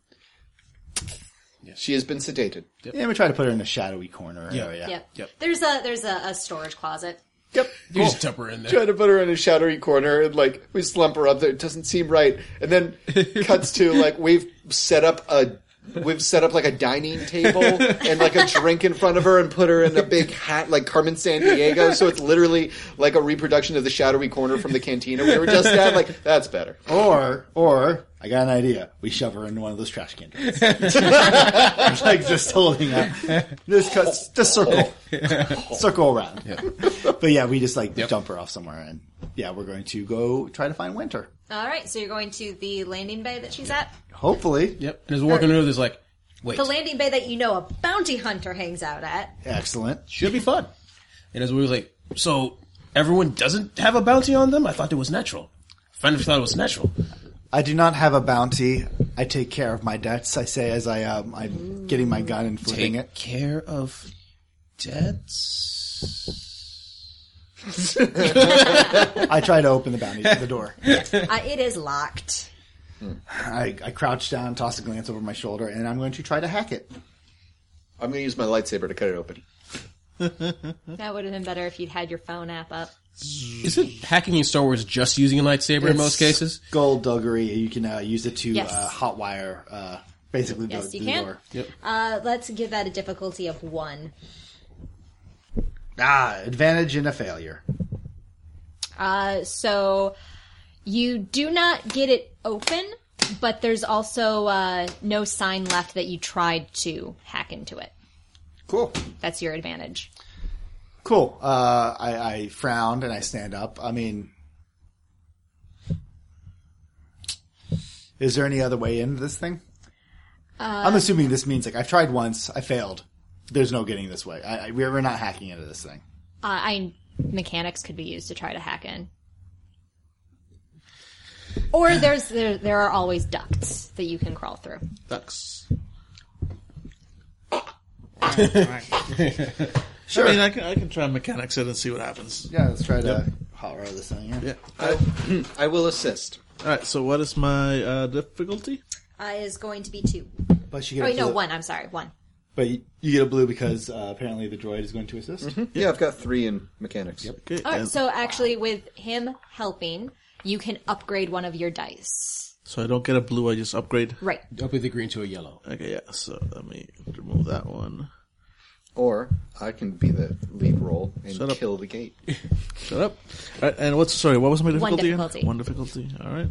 she has been sedated. And we try to put her in the shadowy corner area. Yep. Yep. There's a there's a, a storage closet. Yep. You just dump her in there. Try to put her in a shadowy corner and like we slump her up there. It doesn't seem right. And then cuts to like we've set up a we've set up like a dining table and like a drink in front of her and put her in a big hat like Carmen San Diego. So it's literally like a reproduction of the shadowy corner from the cantina we were just at. Like that's better. Or, or I got an idea. We shove her in one of those trash cans. It's like just holding up. Just cuts, just circle, circle around. But yeah, we just like dump her off somewhere and yeah, we're going to go try to find Winter. All right, so you're going to the landing bay that she's at. Hopefully. Yep. And as we're walking through, there's like, wait. The landing bay that you know a bounty hunter hangs out at. Excellent. Should be fun. And as we was like, so everyone doesn't have a bounty on them? I thought it was natural. Friend thought it was natural. I do not have a bounty. I take care of my debts. I say as I um, I'm getting my gun and flipping Take it. care of debts. I try to open the bounty the door. Uh, it is locked. I, I crouch down, toss a glance over my shoulder, and I'm going to try to hack it. I'm going to use my lightsaber to cut it open. That would have been better if you'd had your phone app up. Isn't hacking in Star Wars just using a lightsaber in most cases? Skullduggery. You can uh, use it to Yes. uh, hotwire uh, basically the, Yes, you the can. door. Uh, let's give that a difficulty of one. Ah, advantage and a failure. Uh, so you do not get it open, but there's also uh, no sign left that you tried to hack into it. Cool. That's your advantage. Cool. Uh, I, I frowned and I stand up. I mean, is there any other way into this thing? Uh, I'm assuming this means like I've tried once, I failed. There's no getting this way. I, I, we're we're not hacking into this thing. Uh, I mechanics could be used to try to hack in. Or there's there, there are always ducts that you can crawl through. Ducks. sure. I mean, I can, I can try mechanics it and see what happens. Yeah, let's try to hot rod this thing. Yeah. Yeah. I, I will assist. All right. So, what is my uh, difficulty? Uh, is going to be two. But you get Oh a wait, no, blue- one. I'm sorry, one. But you, you get a blue because uh, apparently the droid is going to assist. Yeah, I've got three in mechanics. Yep. Okay. All right, and- so actually, with him helping, you can upgrade one of your dice. so I don't get a blue. I just upgrade. Right. Up with the green to a yellow. Okay. Yeah. So let me remove that one. Or I can be the lead role and Shut up. kill the gate. Shut up. All right. And what's sorry? What was my difficulty? again? difficulty. One difficulty. All right.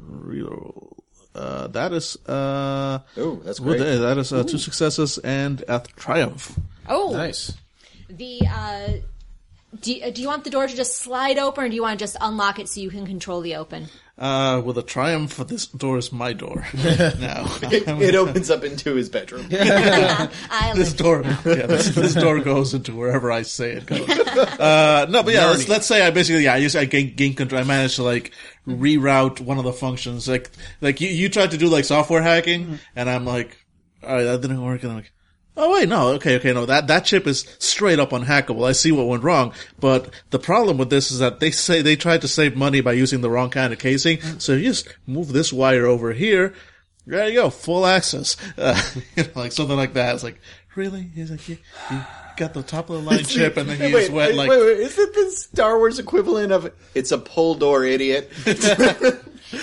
Reroll. Uh, that is uh, Oh, that's good. great. Uh, That is uh, two successes and a triumph. Oh, Nice. the. Uh, do, uh, do you want the door to just slide open, or do you want to just unlock it so you can control the open? Uh, with a triumph, this door is my door. now it opens up into his bedroom. I this like, door, yeah, this, this door goes into wherever I say it goes. Uh, no, but yeah, let's, let's say I basically, yeah, I just I gain, gain control. I managed to like reroute one of the functions. Like, like you, you tried to do like software hacking, and I'm like, all right, that didn't work, and I'm like. Oh wait, no, okay, okay, no, that, that chip is straight up unhackable. I see what went wrong, but the problem with this is that they say they tried to save money by using the wrong kind of casing, so you just move this wire over here, there you go, full access. Uh, you know, like something like that. It's like, really? He's like, you, you got the top of the line chip and then you just went like, wait, wait, is it the Star Wars equivalent of it's a pull door, idiot?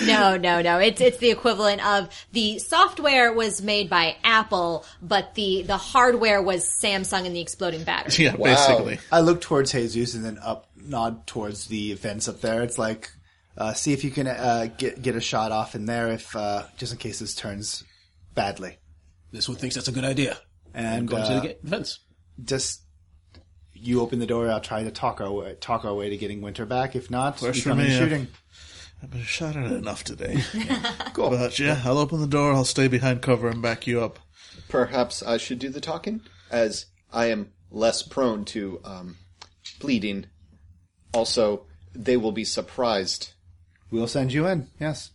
no, no, no. It's it's the equivalent of the software was made by Apple, but the the hardware was Samsung and the exploding battery. yeah, basically. I look towards Jesus and then up, nod towards the fence up there. It's like, uh, see if you can uh, get get a shot off in there, if uh, just in case this turns badly. This one thinks that's a good idea. And Go to uh, the gate- fence. just you open the door. I'll try to talk our way, talk our way to getting Winter back. If not, Works you for come in me, yeah. shooting. I've been shot at enough today. cool. But yeah, I'll open the door. I'll stay behind cover and back you up. Perhaps I should do the talking, as I am less prone to um, bleeding. Also, they will be surprised. We'll send you in. Yes.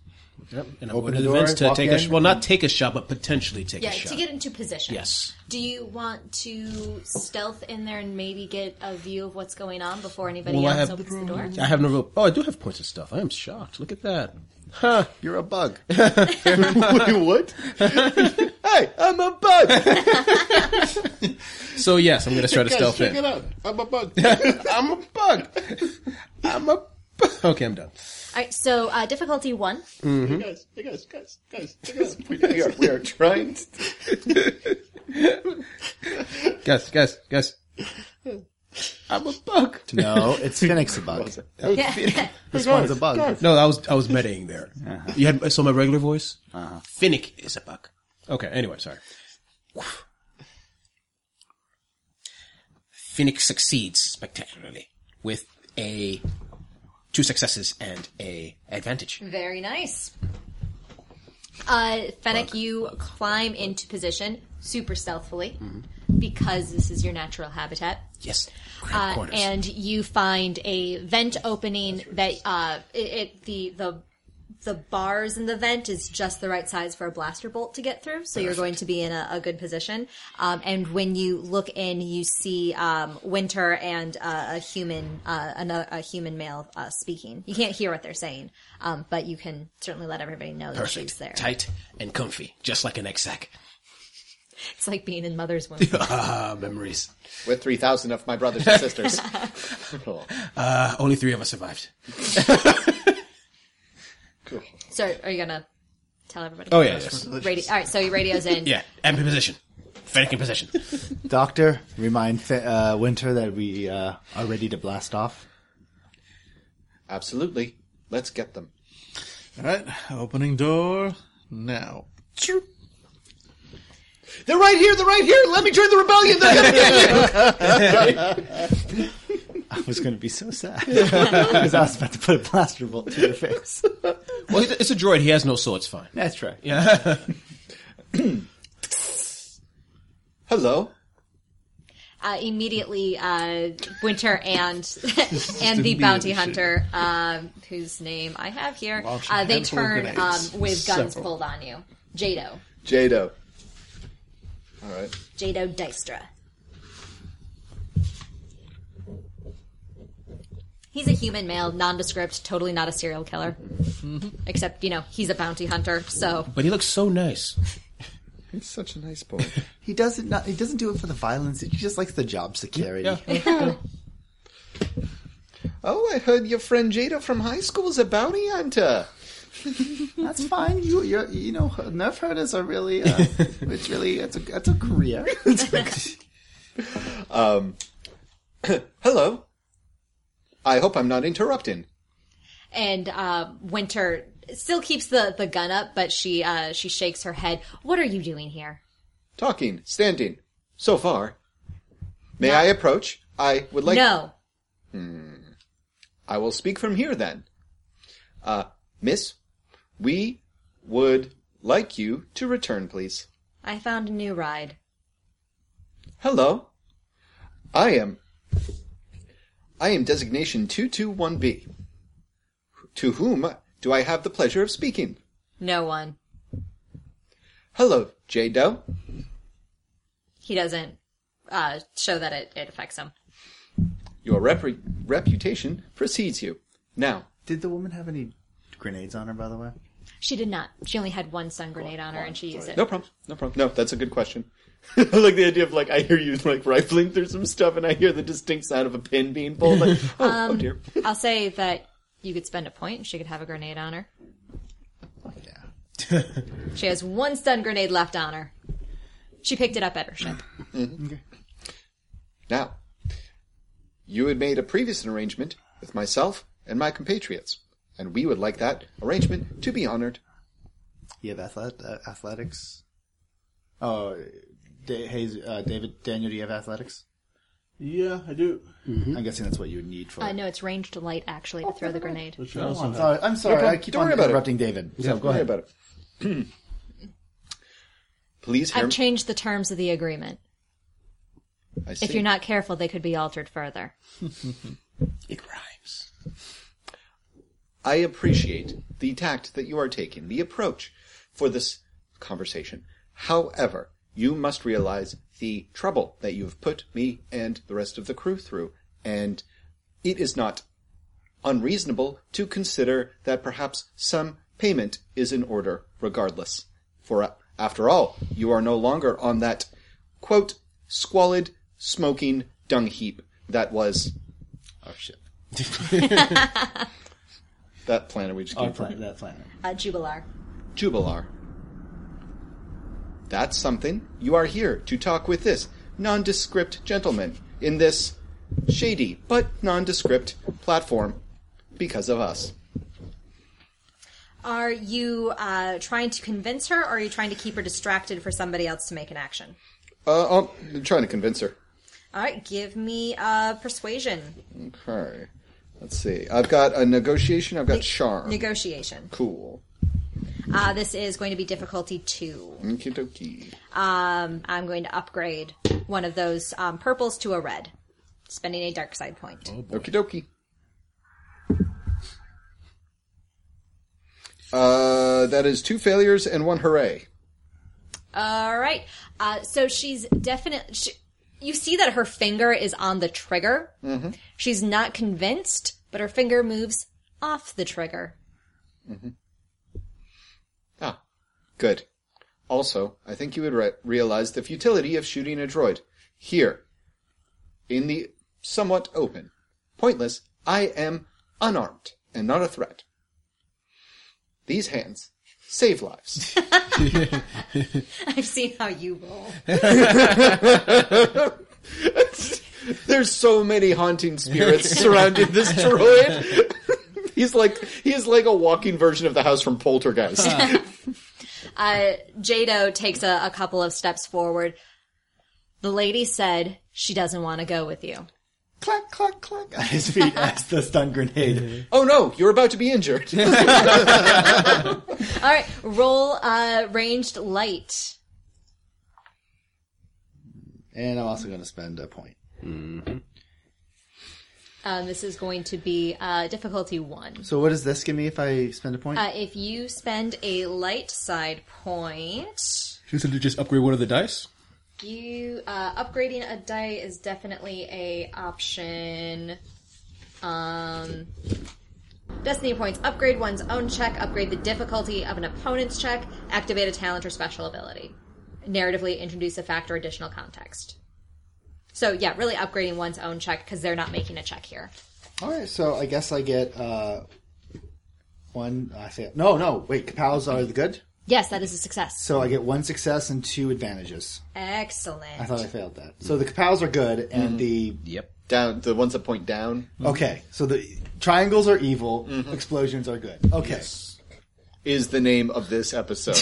Open And I'm going the to the door, fence to walk take a in, sh- well, not take a shot, but potentially take Yeah, a shot. to get into position. yes. Do you want to stealth in there and maybe get a view of what's going on before anybody Well, I else have opens the door? I have no real. Oh, I do have points of stuff. I am shocked. Look at that. Huh. You're a bug. Wait, what? hey, I'm a bug. So yes, I'm going to try to stealth in. out. I'm a bug. I'm a bug. I'm a. Bu- okay, I'm done. All right, so uh, difficulty one. guys, hey guys, guys, guys, guys. We are, we are trying. To, Guys, guys, guys. I'm a bug. no, it's Phoenix a bug. This one's a bug. No, I was I was metaing there. You had so my regular voice. uh Finnick is a bug. Okay. Anyway, sorry. Finnick succeeds spectacularly with a two successes and a advantage. Very nice. Uh, Fennec, you climb into position super stealthily Mm-hmm. because this is your natural habitat. Yes. Uh, and you find a vent opening that uh, it, it the the the bars in the vent is just the right size for a blaster bolt to get through, so you're going to be in a, a good position. Um, and when you look in, you see um, Winter and uh, a human, uh, another a human male uh, speaking. You can't hear what they're saying, um, but you can certainly let everybody know that she's Perfect. there. Tight and comfy, just like an egg sack. It's like being in mother's womb. Ah, memories. with 3,000 of my brothers and sisters. cool. Uh, only three of us survived. cool. so, are you gonna tell everybody? Oh, yeah, yes. Radio- all right, so your radio's in. Yeah, MP position. Fennec in position. Doctor, remind Fe- uh, Winter that we uh, are ready to blast off. Absolutely. Let's get them. All right, opening door now. Chirp. They're right here. They're right here. Let me join the rebellion. They're gonna get I was going to be so sad because I was about to put a blaster bolt to your face. well, he's- it's a droid. He has no soul. It's fine. That's right. Hello. uh, immediately uh, Winter and and the bounty hunter, um, whose name I have here, Launch uh, they handful of turn um, grenades. with guns Several. pulled on you. Jado, Jado. All right. Jado Dystra. He's a human male, nondescript, totally not a serial killer. Mm-hmm. Except, you know, he's a bounty hunter, so But he looks so nice. He's such a nice boy. He doesn't. Not, he doesn't do it for the violence. He just likes the job security. oh, I heard your friend Jado from high school is a bounty hunter. That's fine. You, you're, you know, nerf herders are really. Uh, it's really. It's a. It's a career. um, Hello. I hope I'm not interrupting. and uh, Winter still keeps the, the gun up, but she uh, she shakes her head. What are you doing here? Talking, standing. So far. May I approach? I would like. no, I will speak from here then. Uh, miss, we would like you to return, please. I found a new ride. Hello. I am. I am designation 221B. To whom do I have the pleasure of speaking? No one. Hello, J Doe. He doesn't uh, show that it, it affects him. Your repre reputation precedes you. Now, Did the woman have any grenades on her, by the way? She did not. She only had one sun grenade on her, and she used it. no problem, no problem. No, that's a good question. I like the idea of like I hear you like rifling through some stuff, and I hear the distinct sound of a pin being pulled. Like, oh, oh Um, dear. I'll say that you could spend a point, and she could have a grenade on her. Yeah. she has one stun grenade left on her. She picked it up at her ship. Now, you had made a previous arrangement with myself and my compatriots, and we would like that arrangement to be honored. You have athlet- uh, athletics. Oh, da- hey, uh, David, Daniel, do you have athletics? Yeah, I do. I'm guessing that's what you would need for. Uh, no, it's ranged light actually to throw the grenade. I also I'm have- sorry. I'm sorry. I keep Don't on worry about it. interrupting David. So go Don't worry ahead. about it. Please hear I've changed the terms of the agreement. I see. If you're not careful, they could be altered further. It rhymes. I appreciate the tact that you are taking, the approach for this conversation. However, you must realize the trouble that you have put me and the rest of the crew through, and it is not unreasonable to consider that perhaps some payment is in order regardless. For uh, after all, you are no longer on that, quote, squalid, smoking dung heap that was Oh shit. that planet we just Our came from. plan. That planet. Uh, Jubilar. Jubilar. That's something. You are here to talk with this nondescript gentleman in this shady but nondescript platform because of us. Are you uh, trying to convince her, or are you trying to keep her distracted for somebody else to make an action? Uh, oh, I'm trying to convince her. All right, give me uh, persuasion. Okay. Let's see. I've got a negotiation. I've got charm. Negotiation. cool. Uh, this is going to be difficulty two. Okie dokie. Um, I'm going to upgrade one of those um, purples to a red, spending a dark side point. Okie dokie. Uh, that is two failures and one hooray. All right. Uh, so she's definitely. She, you see that her finger is on the trigger. She's not convinced, but her finger moves off the trigger. Ah, good. Also, I think you would re- realize the futility of shooting a droid. Here. In the somewhat open. Pointless, I am unarmed and not a threat. These hands save lives. I've seen how you roll. There's so many haunting spirits surrounding this droid. he's like he's like a walking version of the house from Poltergeist. Uh, Jado takes a, a couple of steps forward. The lady said she doesn't want to go with you. clack, clack, clack on his feet as the stun grenade. oh no, you're about to be injured. All right, roll uh, ranged light. And I'm also going to spend a point. Um, this is going to be uh, difficulty one. So what does this give me if I spend a point? Uh, if you spend a light side point, She said to just upgrade one of the dice. you uh, upgrading a die is definitely a option. Um, destiny points. Upgrade one's own check. Upgrade the difficulty of an opponent's check. Activate a talent or special ability. Narratively introduce a fact or additional context. So yeah, really upgrading one's own check because they're not making a check here. All right, so I guess I get uh, one. I say no, no. Wait, Kapals are the good, Yes, that is a success. so I get one success and two advantages. I Excellent. thought I failed that. So Mm-hmm. the Kapals are good, and the Yep. down the ones that point down okay. So the triangles are evil. Mm-hmm. Explosions are good. Okay. is the name of this episode.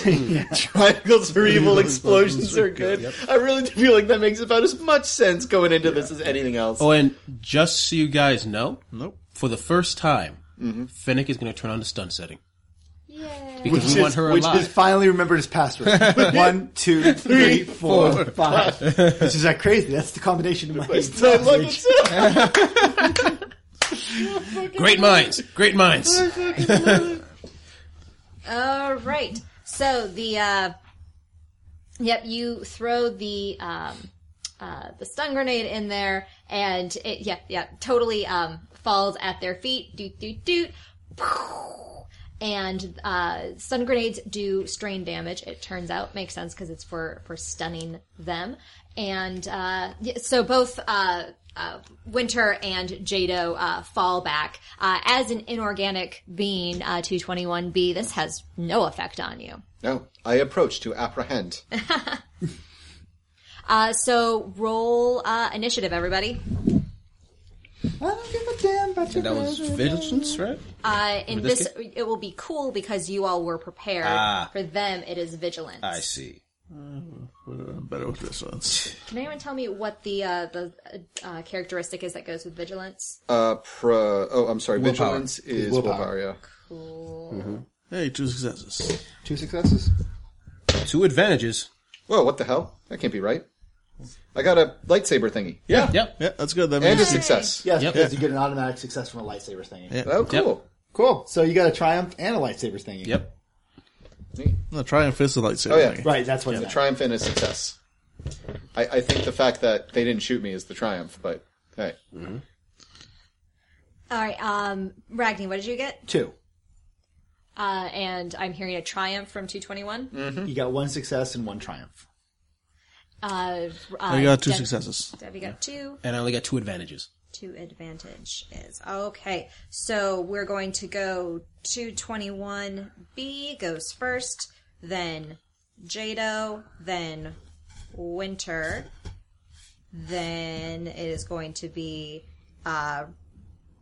Triangles are evil, explosions are good. I really feel like that makes about as much sense going into this as anything else. Oh, and just so you guys know, Nope. for the first time, Finnick is going to turn on the stun setting Yay. because we want her which alive. is finally remembered his password. one, two, three, four, five. This is like crazy. That's the combination of my. I love it so great minds, great minds. All right. So the uh, yep, you throw the um, uh, the stun grenade in there, and it yeah yeah totally um, falls at their feet. Doot doot doot. Pow. And uh, stun grenades do strain damage. It turns out makes sense because it's for for stunning them. And uh, yeah, so both uh, uh, Winter and Jado uh, fall back. Uh, as an inorganic being, uh, 221B, this has no effect on you. No, I approach to apprehend. Uh, so roll uh, initiative, everybody. I don't give a damn about your That was vigilance, right? Uh, in this Ah. this, it will be cool because you all were prepared. For them, it is vigilance. I see. I'm better with this one. Can anyone tell me what the uh, the uh, characteristic is that goes with vigilance? Uh, pro, oh, I'm sorry, vigilance is willpower. Willpower. yeah. Cool. Hey, two successes. Two successes. Two advantages. Whoa, what the hell? That can't be right. I got a lightsaber thingy. Yeah. Yep. Yeah, that's good. That And means a success. Yes, because you get an automatic success from a lightsaber thingy. Oh, cool. Cool. So you got a triumph and a lightsaber thingy. Yep. No, try and fist the lightsaber. Oh, yeah. thing. Right. That's what. The Yeah, triumph and a success. I, I think the fact that they didn't shoot me is the triumph, but hey. All right, um, Ragni, what did you get? Two. Uh, and I'm hearing a triumph from 221. Mm. Mm-hmm. You got one success and one triumph. Uh, uh, I Oh, got two Deb- successes. Debbie got two. And I only got two advantages. to advantage is. Okay, so we're going to go 221B goes first, then Jado, then Winter, then it is going to be uh,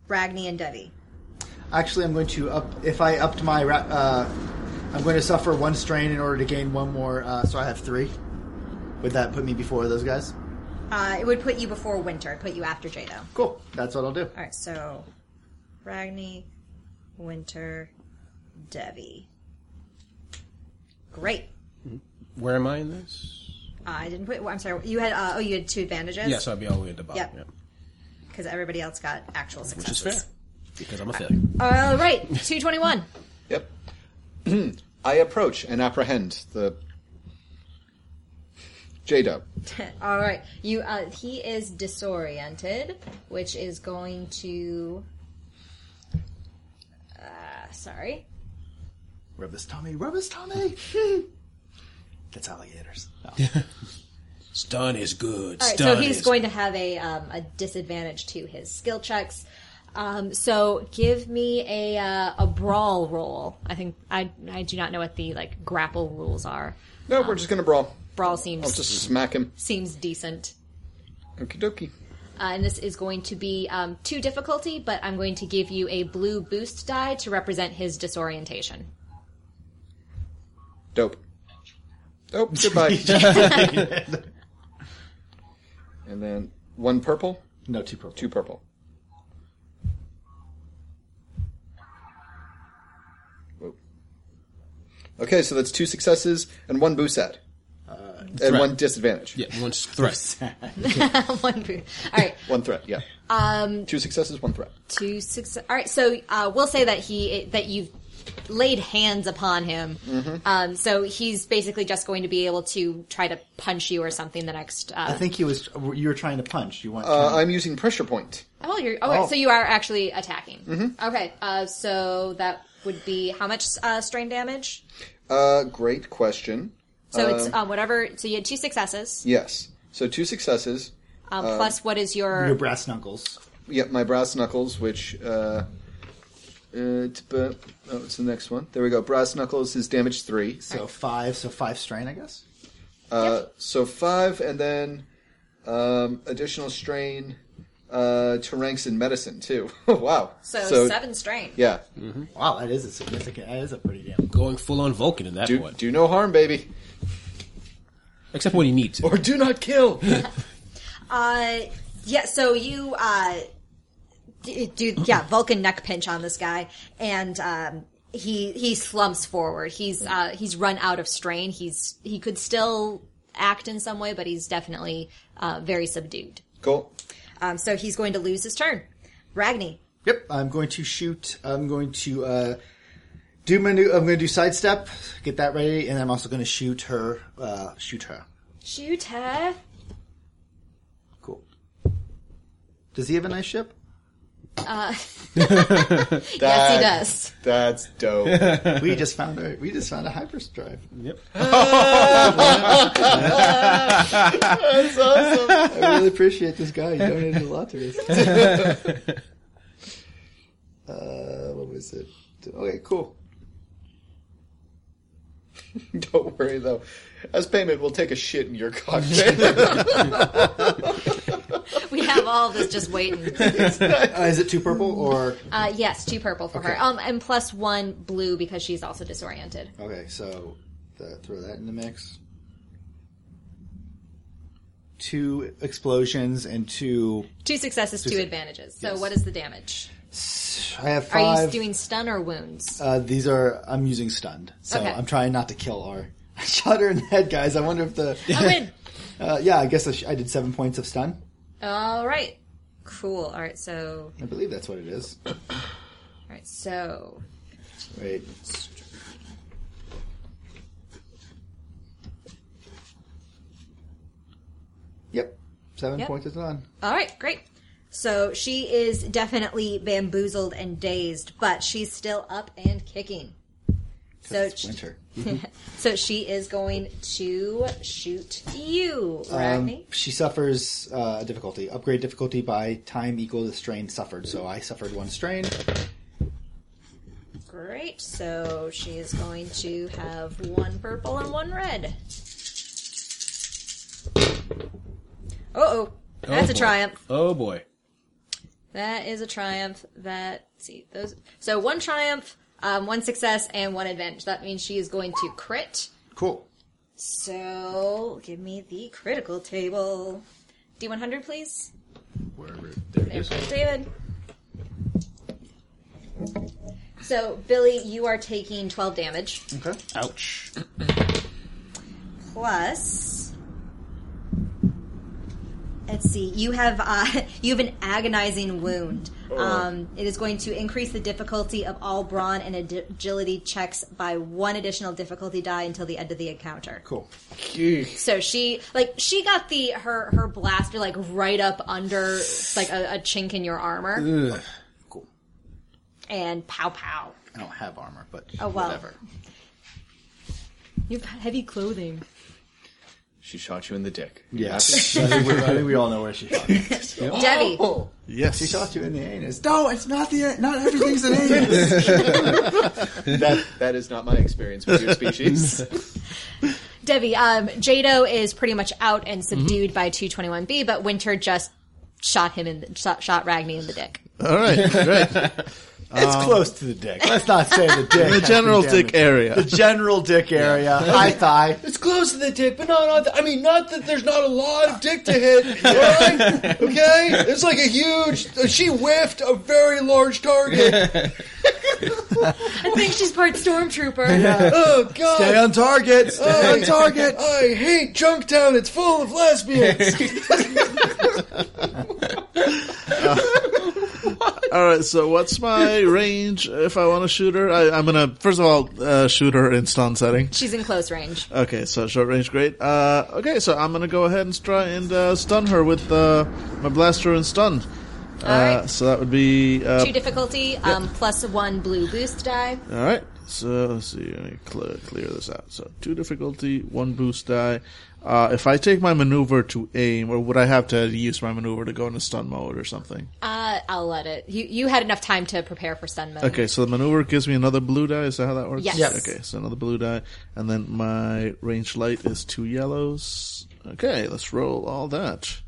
Ragni and Debbie. Actually, I'm going to up. If I upped my, ra- uh, I'm going to suffer one strain in order to gain one more. Uh, so I have three. Would that put me before those guys? Uh, it would put you before Winter, it'd put you after Jado. Cool. That's what I'll do. All right, so Ragni, Winter, Devi. Great. Where am I in this? Uh, I didn't put. I'm sorry. You had. Uh, oh, you had two advantages. Yes, I'll be all the way at the bottom. Yep. Because everybody else got actual Which is successes. fair. Because I'm a failure. All right. Two twenty one. Yep. I approach and apprehend the J Dub. All right. You. Uh, he is disoriented, which is going to. Uh, sorry. Rub his tummy, rub his tummy. That's alligators. Stun is good. All right, so he's going to have a um, a disadvantage to his skill checks. Um, so give me a uh, a brawl roll. I think I I do not know what the like grapple rules are. No, we're just gonna brawl. Brawl I'll seems Mm-hmm. just smack him. seems decent, Okie dokie. uh, and this is going to be um, two difficulty. But I'm going to give you a blue boost die to represent his disorientation. Dope. Dope. Goodbye. and then one purple, No, two purple. two purple. Whoa. Okay, so that's two successes and one boost ad. Uh, and one disadvantage. Yeah, one's threat. One boost. All right, One threat, yeah. Um, two successes, one threat. two six. All right, so uh, we'll say that he that you've laid hands upon him. Um, so he's basically just going to be able to try to punch you or something the next. Uh, I think he was. You were trying to punch. You want? Uh, I'm using pressure point. oh, you're. Oh, so you are actually attacking. Okay, uh, so that would be how much uh, strain damage? Uh, great question. So it's um, whatever. So you had two successes Yes. So two successes. um, plus what is your? your brass knuckles. Yep, my brass knuckles, which uh, uh, t- bu- oh, it's the next one. There we go. Brass knuckles is damage three, So five. So five strain, I guess. uh, so five, and then um, additional strain uh, to ranks in medicine too. wow. so, seven strain. Yeah. Wow, that is a significant. That is a pretty damn. Going full on Vulcan in that Do one. do no harm, baby, Except when he needs it. or do not kill. Uh, yeah. So you uh, d- do yeah Vulcan neck pinch on this guy, and um, he he slumps forward. He's uh, he's run out of strain. He's he could still act in some way, but he's definitely uh, very subdued. cool. Um, so he's going to lose his turn. Ragni. Yep. I'm going to shoot. I'm going to uh, do my new. I'm going to do sidestep. Get that ready, and I'm also going to shoot her. Uh, shoot her. Shoot her. Cool. Does he have a nice ship? Yes, he does. That's dope. we just found a. We just found a hyperdrive. Yep. That's awesome. I really appreciate this guy. You donated a lot to this. uh, what was it? Okay, cool. Don't worry though. As payment, we'll take a shit in your cockpit. We have all this just waiting. Uh, is it two purple or Uh, yes, two purple for her. Um, and plus one blue because she's also disoriented. okay? So the, throw that in the mix. Two explosions and two. Two successes, two advantages. So what is the damage? I have Are five. you doing stun or wounds? Uh, these are I'm using stunned, so Okay. I'm trying not to kill her. I shot her in the head, guys. I wonder if the I win. Uh, yeah, I guess I, sh- I did seven points of stun. All right. Cool. All right. So, I believe that's what it is. all right. So, Wait. Yep, seven Yep. points of stun. all right. Great. So she is definitely bamboozled and dazed, but she's still up and kicking. So It's winter. So she is going to shoot you, Ragni. She suffers uh, a difficulty. Upgrade difficulty by time equal to strain suffered. So I suffered one strain. Great. So she is going to have one purple and one red. Uh-oh. That's a boy. triumph. Oh boy. That is a triumph. That see those. So one triumph, um, one success, and one advantage. That means she is going to crit. Cool. So give me the critical table. D one hundred, please. Wherever there it is. David. So, Billy, you are taking 12 damage. Okay. Ouch. plus let's see you have uh, you have an agonizing wound um, it is going to increase the difficulty of all brawn and adi- agility checks by one additional difficulty die until the end of the encounter Cool. so she like she got the her her blaster like right up under like a, a chink in your armor Cool. and pow pow I don't have armor, but Oh, well. whatever. you've got heavy clothing She shot you in the dick. Yeah, I think, we, I think we all know where she shot. you. debbie Yes. She shot you in the anus. No, it's not the. Not everything's an anus. That that is not my experience with your species. Debbie, um, Jado is pretty much out and subdued by 221B, but Winter just shot him in the, shot, shot Ragni in the dick. All right. Great. It's close to the dick. Let's not say the dick. The general dick The area. general dick area. High thigh. It's close to the dick, but not on. The, I mean, not that there's not a lot of dick to hit. Right? Okay, it's like a huge. She whiffed a very large target. I think she's part stormtrooper. Oh God! Stay on target. Stay on target. I hate Junktown. It's full of lesbians. Uh, All right. So what's my range if I want to shoot her? I, I'm gonna first of all uh, shoot her in stun setting. She's in close range. Okay. So short range, great. Uh, okay. So I'm gonna go ahead and try and uh, stun her with uh, my blaster and stun. Uh, right. So that would be uh, Two difficulty, um, plus one blue boost die. All right. So let's see. Let me clear, clear this out. So two difficulty, one boost die. Uh, if I take my maneuver to aim, or would I have to use my maneuver to go into stun mode or something? Uh, I'll let it. You you had enough time to prepare for stun mode. Okay, so the maneuver gives me another blue die. Is that how that works? Yes. Yep. Okay, so another blue die, and then my range light is two yellows. Okay, let's roll all that.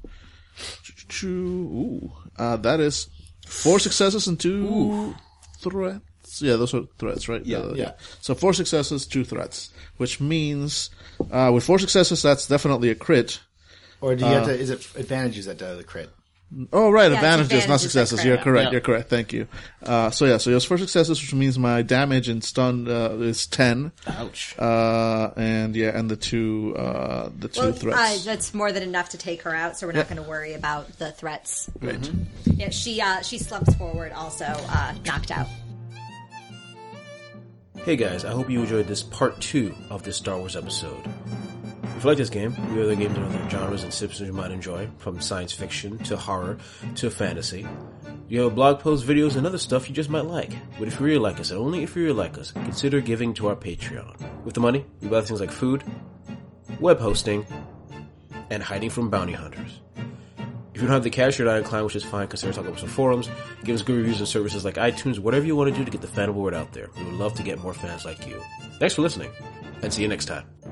Choo-choo-choo. Ooh, uh, that is four successes and two threats. Yeah, those are threats, right? Yeah, yeah. So four successes, two threats, which means uh, with four successes, that's definitely a crit. Or do you have to? Is it advantages that die the crit? Oh right, it's advantages, not advantages, successes. that's You're correct. correct. You're correct. Thank you. Uh, so yeah, so yours for successes, which means my damage and stun uh, is ten. Ouch. Uh, and yeah, and the two uh, the two Well, uh, threats. that's more than enough to take her out, so we're not going to worry about the threats. Great. Yeah, she uh, she slumps forward, also uh, knocked out. Hey guys, I hope you enjoyed this part two of this Star Wars episode. If you like this game, we have other games in other genres and systems you might enjoy, from science fiction to horror to fantasy. You have blog posts, videos, and other stuff you just might like. But if you really like us, and only if you really like us, consider giving to our Patreon. With the money, we buy things like food, web hosting, and hiding from bounty hunters. If you don't have the cash, you're not inclined, which is fine. Consider talking about some forums. Give us good reviews and services like iTunes, whatever you want to do to get the fan word out there. We would love to get more fans like you. Thanks for listening, and see you next time.